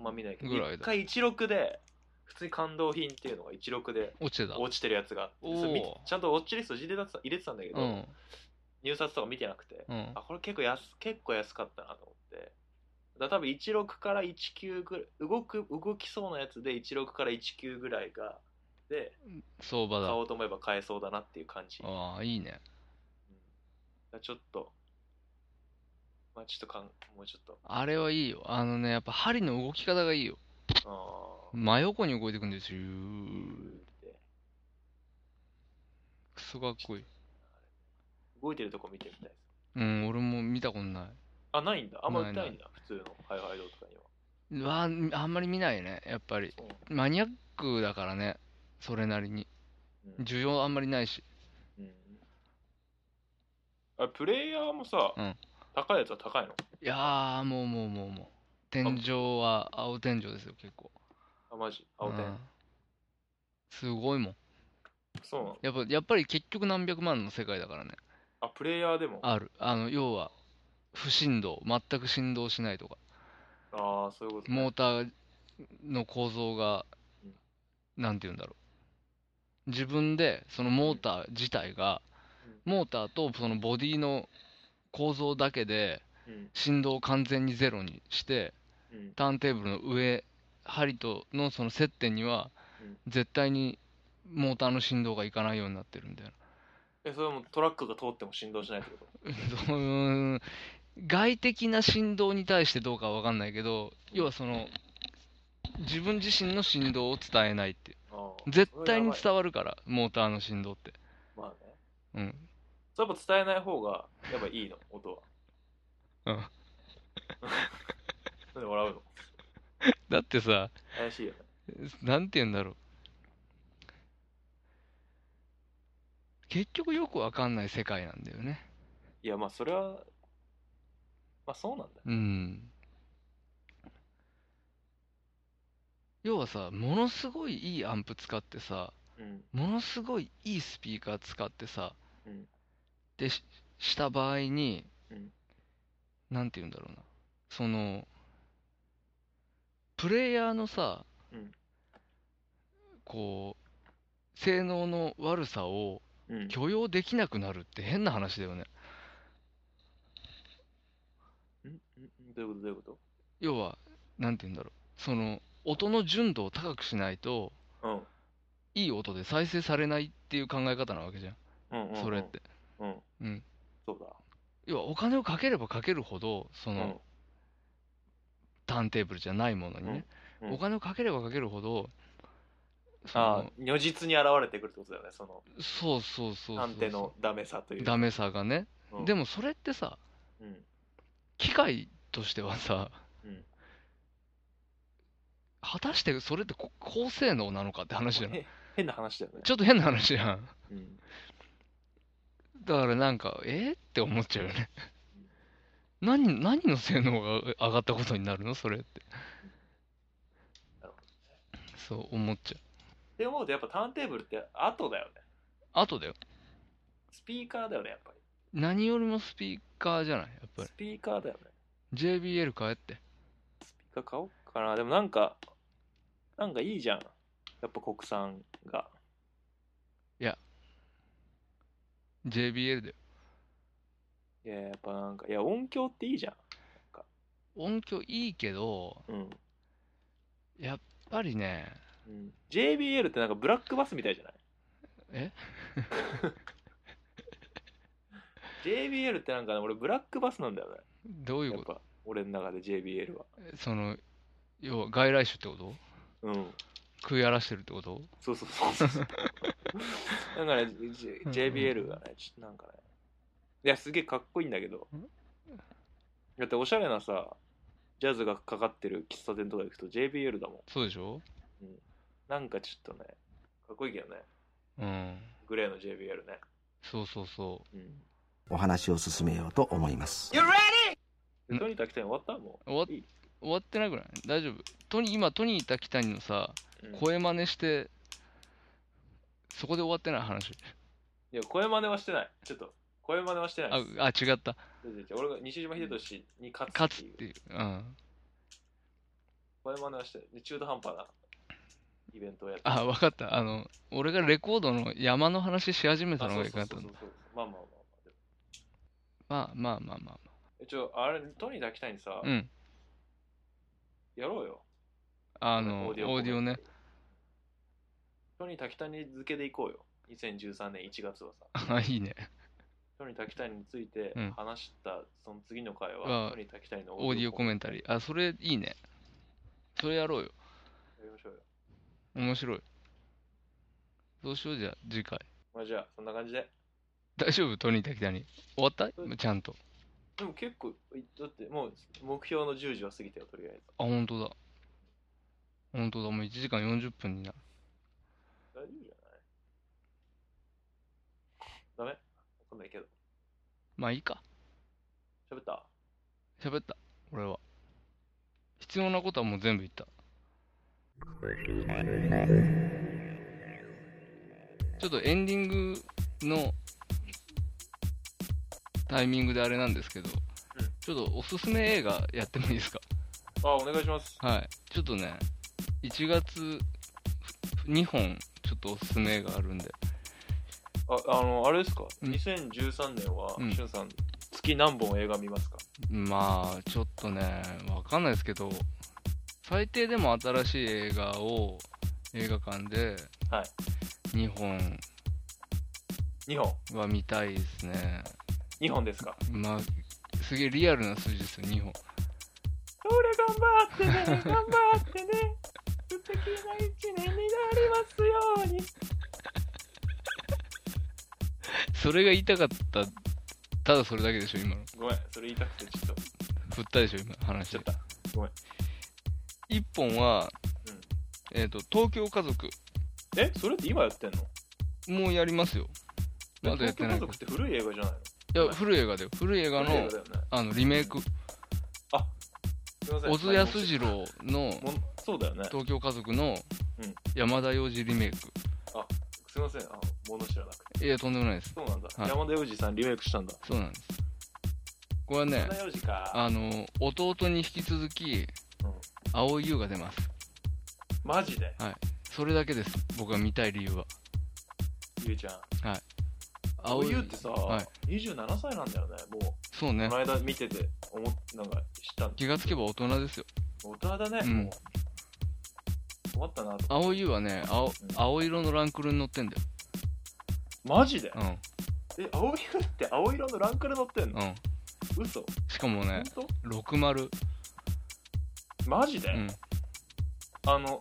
[SPEAKER 3] んま見ないけど、
[SPEAKER 4] ぐらい
[SPEAKER 3] 1
[SPEAKER 4] だ
[SPEAKER 3] 回16で普通に感動品っていうのが16で
[SPEAKER 4] 落ちてた。
[SPEAKER 3] 落ちてるやつがあって
[SPEAKER 4] おー
[SPEAKER 3] それ見てちゃんとウォッチリスト入れた入れてたんだけど、
[SPEAKER 4] うん。
[SPEAKER 3] 入札とか見てなくて
[SPEAKER 4] うん
[SPEAKER 3] あ。これ結構安結構安かったなと思ってだから多分16から19ぐらい動く動きそうなやつで16から19ぐらいがで
[SPEAKER 4] 相場
[SPEAKER 3] 買
[SPEAKER 4] だ。
[SPEAKER 3] おうと思えば買えそうだなっていう感じ、うんだか
[SPEAKER 4] ああ、いいね。
[SPEAKER 3] らちょっとまあちょっとかんもうちょっと
[SPEAKER 4] あれはいいよ。あのね、やっぱ針の動き方がいいよ。
[SPEAKER 3] あー
[SPEAKER 4] 真横に動いてくんですよ。
[SPEAKER 3] って
[SPEAKER 4] クソかっこいい。
[SPEAKER 3] 動いてるとこ見てみたいです
[SPEAKER 4] うん、俺も見たことな
[SPEAKER 3] あないんだあんま売って
[SPEAKER 4] な。
[SPEAKER 3] ないいんだ普通のハイハイドーとかにはい
[SPEAKER 4] うわー、あんまり見ないね、やっぱり。マニアックだからね、それなりに。
[SPEAKER 3] うん
[SPEAKER 4] 需要あんまりないし。
[SPEAKER 3] うんあプレイヤーもさ、
[SPEAKER 4] うん
[SPEAKER 3] 高いやつは高いの
[SPEAKER 4] いやー、もうもうもうもう。天井は青天井ですよ、結構。
[SPEAKER 3] あマジ青
[SPEAKER 4] う
[SPEAKER 3] 天
[SPEAKER 4] んすごいもん。
[SPEAKER 3] そうなの
[SPEAKER 4] やっぱ、やっぱり結局何百万の世界だからね。
[SPEAKER 3] あプレイヤーでもあ
[SPEAKER 4] ある。あの、要は、不振動。全く振動しないとか。
[SPEAKER 3] あーそういうこと、ね、
[SPEAKER 4] モーターの構造が、なんて言うんだろう。自分で、そのモーター自体が、モーターとそのボディの構造だけで、
[SPEAKER 3] うん
[SPEAKER 4] 振動を完全にゼロにして、
[SPEAKER 3] うん
[SPEAKER 4] ターンテーブルの上、針とのその接点には、絶対にモーターの振動がいかないようになってるみたいな。
[SPEAKER 3] えそれはもうトラックが通っても振動しないってこと
[SPEAKER 4] そううん外的な振動に対してどうかは分かんないけど要はその自分自身の振動を伝えないっていう
[SPEAKER 3] あー
[SPEAKER 4] 絶対に
[SPEAKER 3] それや
[SPEAKER 4] 伝わるからモーターの振動って
[SPEAKER 3] ばいまあね
[SPEAKER 4] うん
[SPEAKER 3] それやっぱ伝えない方がやっぱいいの音は
[SPEAKER 4] うん
[SPEAKER 3] なんで笑うの
[SPEAKER 4] だってさ
[SPEAKER 3] 怪しいよね
[SPEAKER 4] なんて言うんだろう結局よく分かんない世界なんだよね
[SPEAKER 3] いやまあそれはまあそうなんだよ
[SPEAKER 4] うん要はさものすごいいいアンプ使ってさ、
[SPEAKER 3] うん
[SPEAKER 4] ものすごいいいスピーカー使ってさ、
[SPEAKER 3] うん
[SPEAKER 4] でしした場合に、
[SPEAKER 3] うん
[SPEAKER 4] なんて言うんだろうなそのプレイヤーのさ、
[SPEAKER 3] うん
[SPEAKER 4] こう性能の悪さを
[SPEAKER 3] うん
[SPEAKER 4] 許容できなくなるって変な話だよね
[SPEAKER 3] うんうんどういうことどういうこ
[SPEAKER 4] 要はなんて言うんだろうその音の純度を高くしないと
[SPEAKER 3] とうん
[SPEAKER 4] いい音で再生されないっていう考え方なわけじゃん、
[SPEAKER 3] うんうんうん
[SPEAKER 4] それって
[SPEAKER 3] うん
[SPEAKER 4] うん
[SPEAKER 3] そうだ
[SPEAKER 4] 要はお金をかければかけるほどその、
[SPEAKER 3] うん
[SPEAKER 4] ターンテーブルじゃないものにね、
[SPEAKER 3] うんうん
[SPEAKER 4] お金をかければかけるほどそ
[SPEAKER 3] あ
[SPEAKER 4] の
[SPEAKER 3] ー如実に現れてくるってことだよねその
[SPEAKER 4] そうそうそうそう
[SPEAKER 3] 探偵のダメさという
[SPEAKER 4] ダメさがね、
[SPEAKER 3] うん
[SPEAKER 4] でもそれってさ
[SPEAKER 3] うん
[SPEAKER 4] 機械としてはさ、
[SPEAKER 3] うん
[SPEAKER 4] 果たしてそれってこ高性能なのかって話じゃない
[SPEAKER 3] へ変な話だよね
[SPEAKER 4] ちょっと変な話じゃん
[SPEAKER 3] うん
[SPEAKER 4] だからなんかえー、って思っちゃうよね何何の性能が上がったことになるのそれって
[SPEAKER 3] なるほ
[SPEAKER 4] そう思っちゃう
[SPEAKER 3] って思うとやっぱターンテーブルって後だよね
[SPEAKER 4] あとだよ
[SPEAKER 3] スピーカーだよねやっぱり
[SPEAKER 4] 何よりもスピーカーじゃないやっぱり
[SPEAKER 3] スピーカーだよね
[SPEAKER 4] JBL 買えって
[SPEAKER 3] スピーカー買おうかなでもなんかなんかいいじゃんやっぱ国産が
[SPEAKER 4] JBL だよ
[SPEAKER 3] いややっぱなんかいや音響っていいじゃん
[SPEAKER 4] 音響いいけど
[SPEAKER 3] うん、
[SPEAKER 4] やっぱりね
[SPEAKER 3] うん、JBL ってなんかブラックバスみたいじゃない
[SPEAKER 4] え
[SPEAKER 3] JBL ってなんかね俺ブラックバスなんだよね
[SPEAKER 4] どういう
[SPEAKER 3] やっ
[SPEAKER 4] こと
[SPEAKER 3] ぱ俺の中で JBL は
[SPEAKER 4] その要は外来種ってこと
[SPEAKER 3] うん
[SPEAKER 4] 食い荒らしてるってこと
[SPEAKER 3] そうそうそうそう そう。だから、J-
[SPEAKER 4] うん
[SPEAKER 3] JBL がね、ちょっとなんかね。いや、すげえかっこいいんだけど
[SPEAKER 4] うん。
[SPEAKER 3] だって、おしゃれなさ、ジャズがかかってる喫茶店とか行くと JBL だもん。
[SPEAKER 4] そうでしょ
[SPEAKER 3] なんかちょっとね、かっこいいけどね。
[SPEAKER 4] うん
[SPEAKER 3] グレーの JBL ね。
[SPEAKER 4] そうそうそう
[SPEAKER 3] うん。
[SPEAKER 2] お話を進めようと思います
[SPEAKER 3] でトニー滝店終わったも
[SPEAKER 4] 終わっ
[SPEAKER 3] いい
[SPEAKER 4] 終わってなくない大丈夫トニー今トニーた北にの
[SPEAKER 3] う。
[SPEAKER 4] さ
[SPEAKER 3] うん
[SPEAKER 4] 声真似してそこで終わってない話
[SPEAKER 3] いや、声真似はしてない。ちょっと、声真似はしてない
[SPEAKER 4] あ
[SPEAKER 3] です。
[SPEAKER 4] あ違った
[SPEAKER 3] 違う違う違う俺が西島秀俊に勝
[SPEAKER 4] 勝
[SPEAKER 3] つっ
[SPEAKER 4] つってて
[SPEAKER 3] いう。
[SPEAKER 4] いううん
[SPEAKER 3] 声真似はしてない。で中途半端なイベントをやって
[SPEAKER 4] あ、わかった。あの、俺がレコードの山の話し始めた
[SPEAKER 3] あ
[SPEAKER 4] の
[SPEAKER 3] そ
[SPEAKER 4] が
[SPEAKER 3] う
[SPEAKER 4] い
[SPEAKER 3] そ
[SPEAKER 4] か
[SPEAKER 3] う
[SPEAKER 4] っ
[SPEAKER 3] そ
[SPEAKER 4] た
[SPEAKER 3] うんそ
[SPEAKER 4] だ
[SPEAKER 3] う。そうまあまあまあまあでも
[SPEAKER 4] まあまあまあまあ
[SPEAKER 3] えちょあれトニーだきたいにさ、
[SPEAKER 4] まあ。うん。
[SPEAKER 3] やろうよ
[SPEAKER 4] あの、オ
[SPEAKER 3] オ
[SPEAKER 4] ー
[SPEAKER 3] ー
[SPEAKER 4] デ
[SPEAKER 3] デ
[SPEAKER 4] ィ
[SPEAKER 3] ィ
[SPEAKER 4] オ
[SPEAKER 3] オ
[SPEAKER 4] ね。
[SPEAKER 3] トニー滝谷付けでいこうよ2013年1月はさ
[SPEAKER 4] あ、いいね。
[SPEAKER 3] トニー滝谷について
[SPEAKER 4] うん
[SPEAKER 3] 話したその次の回
[SPEAKER 4] あ
[SPEAKER 3] は、トニー滝谷の
[SPEAKER 4] オーディオコメンタ
[SPEAKER 3] ー
[SPEAKER 4] リー。あ、それいいね。それやろうよ。
[SPEAKER 3] やりましょうよ、
[SPEAKER 4] 面白い。どうしようじゃあ、次回。
[SPEAKER 3] まあ、じゃあそんな感じで
[SPEAKER 4] 大丈夫トニー・タキタニ。終わった
[SPEAKER 3] うん
[SPEAKER 4] ちゃんと。
[SPEAKER 3] でも結構いだってもう目標の10時は過ぎたよとりあえず
[SPEAKER 4] あ、本当だ。本当だ。もう1時間40分になる。
[SPEAKER 3] 大丈夫じゃないダメわかんないけど
[SPEAKER 4] まあいいか。
[SPEAKER 3] 喋った
[SPEAKER 4] 喋った。俺は。必要なことはもう全部言った。ちょっとエンディングのタイミングであれなんですけど、ちょっとおすすめ映画やってもいいですか
[SPEAKER 3] あお願いします
[SPEAKER 4] はい。ちょっとね、1月2本、ちょっとおすすめ映画あるんで、
[SPEAKER 3] ああのあれですか、
[SPEAKER 4] うん
[SPEAKER 3] 2013年は、
[SPEAKER 4] うん
[SPEAKER 3] しゅんさん月何本映画見ますか
[SPEAKER 4] まあ、ちょっとね、わかんないですけど、最低でも新しい映画を映画館で
[SPEAKER 3] はい
[SPEAKER 4] 2本
[SPEAKER 3] 2本
[SPEAKER 4] は見たいですね。
[SPEAKER 3] 2本ですか
[SPEAKER 4] まあ、すげえリアルな数字ですよ、2本。
[SPEAKER 3] 俺頑張ってね 頑張ってね素敵な一年になりますように
[SPEAKER 4] それが言いたかった、ただそれだけでしょ、今の。
[SPEAKER 3] ごめんそれ言いたくてちょっと
[SPEAKER 4] 振ったでしょ、今、話
[SPEAKER 3] ちょっとごめん
[SPEAKER 4] 1本は、
[SPEAKER 3] うん
[SPEAKER 4] えっ、と、東京家族、
[SPEAKER 3] えそれって今やってんの
[SPEAKER 4] もうやりますよ。まだやっ
[SPEAKER 3] 東
[SPEAKER 4] て
[SPEAKER 3] 京
[SPEAKER 4] な
[SPEAKER 3] 家
[SPEAKER 4] いけど
[SPEAKER 3] 族って古い映画じゃないの
[SPEAKER 4] いや、古い映画だよ。古い映画
[SPEAKER 3] 古い映
[SPEAKER 4] の
[SPEAKER 3] 画だよね
[SPEAKER 4] あのリメイク、
[SPEAKER 3] あすいません
[SPEAKER 4] 小津安二郎の
[SPEAKER 3] もんそうだよね
[SPEAKER 4] 東京家族の
[SPEAKER 3] うん
[SPEAKER 4] 山田洋次リメイ
[SPEAKER 3] すいませんあ物知らなくて
[SPEAKER 4] ク。いや、とんでもないです。
[SPEAKER 3] そうなんだ、
[SPEAKER 4] はい
[SPEAKER 3] 山田洋次さんリメイクしたんだ
[SPEAKER 4] そうなんです。これはね
[SPEAKER 3] 山、田洋次か
[SPEAKER 4] あの、弟に引き続き
[SPEAKER 3] うん、
[SPEAKER 4] 蒼井優が出ます。
[SPEAKER 3] マジで
[SPEAKER 4] それだけです。僕が見たい理由は。
[SPEAKER 3] ゆうちゃん
[SPEAKER 4] 蒼
[SPEAKER 3] ゆうってさ、
[SPEAKER 4] はい
[SPEAKER 3] 27歳なんだよねもう
[SPEAKER 4] そうね
[SPEAKER 3] こ。の間見てて思っなんか知ったん
[SPEAKER 4] 気がつけば大人ですよ。
[SPEAKER 3] 大人だね、
[SPEAKER 4] うん
[SPEAKER 3] もう困ったなと
[SPEAKER 4] 蒼井優はね、青青色のランクルに乗ってんだよ。
[SPEAKER 3] マジで
[SPEAKER 4] うん、
[SPEAKER 3] え青い色って青色のランクル乗ってんの、
[SPEAKER 4] うん。
[SPEAKER 3] 嘘
[SPEAKER 4] しかもね
[SPEAKER 3] 本、当
[SPEAKER 4] 60、
[SPEAKER 3] マジで、
[SPEAKER 4] うん、
[SPEAKER 3] あの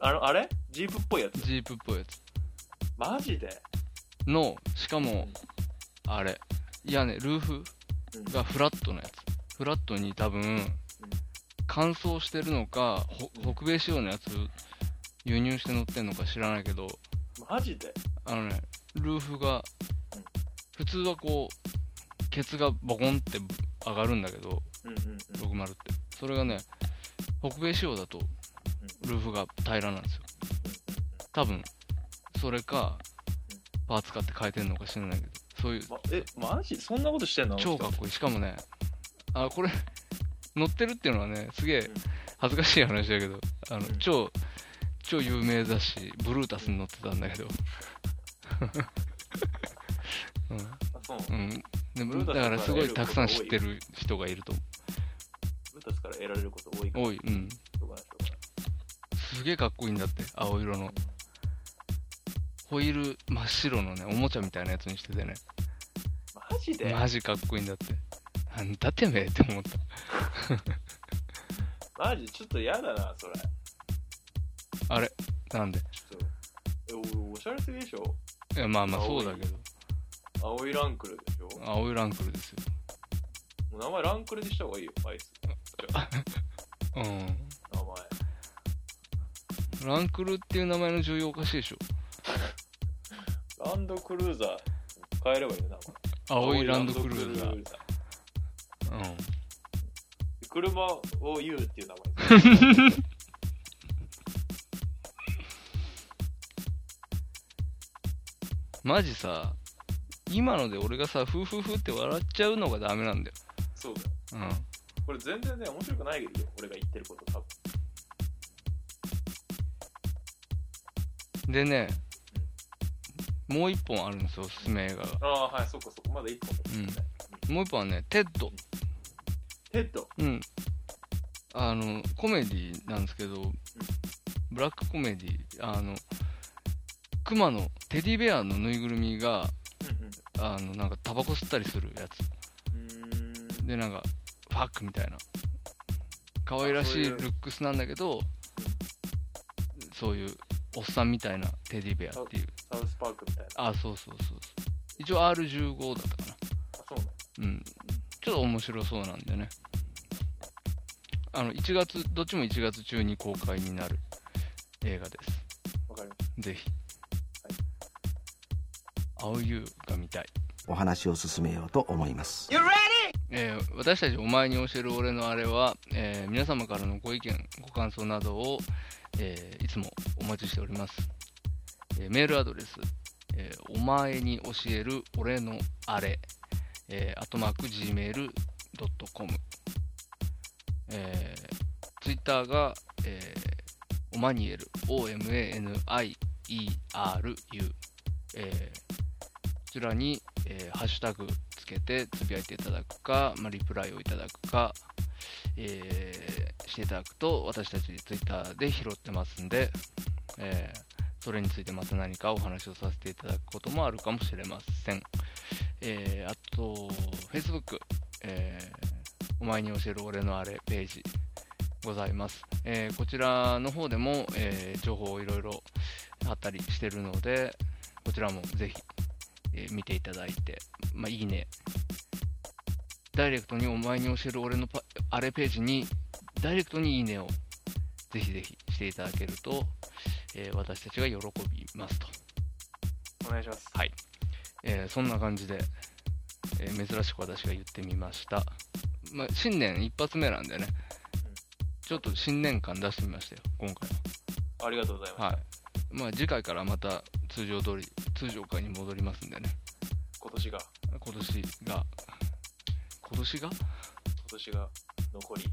[SPEAKER 3] あのあれジープっぽいやつ
[SPEAKER 4] ジープっぽいやつ。
[SPEAKER 3] マジで
[SPEAKER 4] のしかもあれいやねルーフ
[SPEAKER 3] うん
[SPEAKER 4] がフラットなやつフラットに多分乾燥してるのかほ北米仕様のやつ輸入して乗ってんのか知らないけど
[SPEAKER 3] マジで
[SPEAKER 4] あのねルーフが
[SPEAKER 3] うん
[SPEAKER 4] 普通はこうケツがボコンって上がるんだけど
[SPEAKER 3] うんうんうん
[SPEAKER 4] 60ってそれがね北米仕様だとルーフが平らなんですよ多分それか
[SPEAKER 3] うん
[SPEAKER 4] パーツ買って変えてんのか知らないけどそういう
[SPEAKER 3] ま、えマジそんなことしてんの
[SPEAKER 4] 超かっこいいしかもねあこれ 乗ってるっていうのはねすげえ
[SPEAKER 3] ん
[SPEAKER 4] 恥ずかしい話だけどあの、
[SPEAKER 3] うん
[SPEAKER 4] 超超有名雑誌ブルータスに乗ってたんだけど
[SPEAKER 3] あそう
[SPEAKER 4] うん、うんで
[SPEAKER 3] ブルータス
[SPEAKER 4] だから
[SPEAKER 3] から
[SPEAKER 4] すごい
[SPEAKER 3] 得る
[SPEAKER 4] たくさん
[SPEAKER 3] こと
[SPEAKER 4] 知
[SPEAKER 3] が多
[SPEAKER 4] っ
[SPEAKER 3] い
[SPEAKER 4] てる人がいると
[SPEAKER 3] ブータスから得られること多いから
[SPEAKER 4] 多いうん
[SPEAKER 3] しょうがないしょうがない
[SPEAKER 4] すげえかっこいいんだって青色のホイール真っ白のねおもちゃみたいなやつにしててね
[SPEAKER 3] マジで
[SPEAKER 4] マジかっこいいんだってなんだてめえって思った
[SPEAKER 3] マジちょっと嫌だなそれ
[SPEAKER 4] あれなんで
[SPEAKER 3] ちょっとえおおしゃれすぎでしょ
[SPEAKER 4] いやまあまあそうだけど
[SPEAKER 3] 青いランクルでしょ
[SPEAKER 4] 青いランクルですよ
[SPEAKER 3] もう名前ランクルにした方がいいよあいつ
[SPEAKER 4] うん
[SPEAKER 3] 名前
[SPEAKER 4] ランクルっていう名前の女優おかしいでしょ
[SPEAKER 3] ランドクルーザー変えればいいよな。
[SPEAKER 4] 青いランドクルーザ
[SPEAKER 3] 青いランドクル
[SPEAKER 4] ー
[SPEAKER 3] ーザ
[SPEAKER 4] うん
[SPEAKER 3] ー車を言うっていう名前。
[SPEAKER 4] マジさ今ので俺がさフーフーフーって笑っちゃうのがダメなんだよ
[SPEAKER 3] そうだよ。
[SPEAKER 4] うん
[SPEAKER 3] これ全然ね、面白くないけど、俺が言ってること多分。
[SPEAKER 4] でね、もう一本あるんですよ、おすすめ映画が。
[SPEAKER 3] ああ、はい、そこそこ、まだ一本ですね。
[SPEAKER 4] もう一本はね、テッド。
[SPEAKER 3] テッド。
[SPEAKER 4] うん。あの、コメディなんですけど、ブラックコメディ、あの、熊の、テディベアのぬいぐるみが、あの、なんかタバコ吸ったりするやつ。
[SPEAKER 3] うんうん。うーん
[SPEAKER 4] で、なんか、ファックみたいな。可愛らしい
[SPEAKER 3] あ
[SPEAKER 4] ル
[SPEAKER 3] そういう
[SPEAKER 4] ックスなんだけど、そういう、おっさんみたいなテディベアっていう。
[SPEAKER 3] サウスパークみたいな。
[SPEAKER 4] あ、そうそうそうそう。一応 R15 だったかな。
[SPEAKER 3] あ、そうなの
[SPEAKER 4] うん、ちょっと面白そうなんでね。あの、1月、どっちも1月中に公開になる映画です。
[SPEAKER 3] わかりま
[SPEAKER 4] ぜひ。青湯が見たい。
[SPEAKER 2] お話を進めようと思います
[SPEAKER 4] えー私たちお前に教える俺のあれは、えー皆様からのご意見、ご感想などを、えーいつもお待ちしております。えーメールアドレス、えーお前に教える俺のあれ、えー、マーク gmail.com、えー、ツイッターが、えー、おまにえる、omanier、えーこちらに、えーハッシュタグつけてつぶやいていただくか、まあ、リプライをいただくか、えーしていただくと私たちツイッターで拾ってますんで、えーそれについてまた何かお話をさせていただくこともあるかもしれません、えーあと Facebook、えーお前に教える俺のあれページございます、えーこちらの方でも、えー情報をいろいろ貼ったりしてるのでこちらもぜひえー見ていただいて、まあ、いいね。ダイレクトにお前に教える俺のパあれページに、ダイレクトにいいねをぜひぜひしていただけると、えー私たちが喜びますと。
[SPEAKER 3] す。お願いします。
[SPEAKER 4] はいえーそんな感じで、えー珍しく私が言ってみました。まあ、新年一発目なんでね、ちょっと新年感出してみましたよ、今回
[SPEAKER 3] ありがとうございます。
[SPEAKER 4] は。はい。まあ、次回からまた通常通り、通常会に戻りますんでね。
[SPEAKER 3] 今年が、
[SPEAKER 4] 今年が今年
[SPEAKER 3] 今
[SPEAKER 4] が
[SPEAKER 3] 年が残り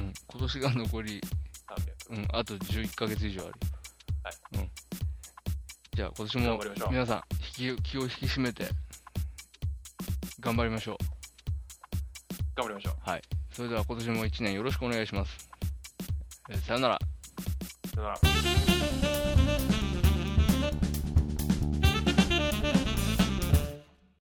[SPEAKER 4] うん今年が残り、
[SPEAKER 3] 300。
[SPEAKER 4] うん、あと11ヶ月以上ある、
[SPEAKER 3] はい
[SPEAKER 4] うん、じゃあ今年
[SPEAKER 3] 頑
[SPEAKER 4] も
[SPEAKER 3] 張りましょう
[SPEAKER 4] 皆さん引き気を引き締めて頑張りましょう
[SPEAKER 3] 頑張りましょう。
[SPEAKER 4] はいそれでは今年も1年よろしくお願いしますえーさよなら
[SPEAKER 3] さよなら。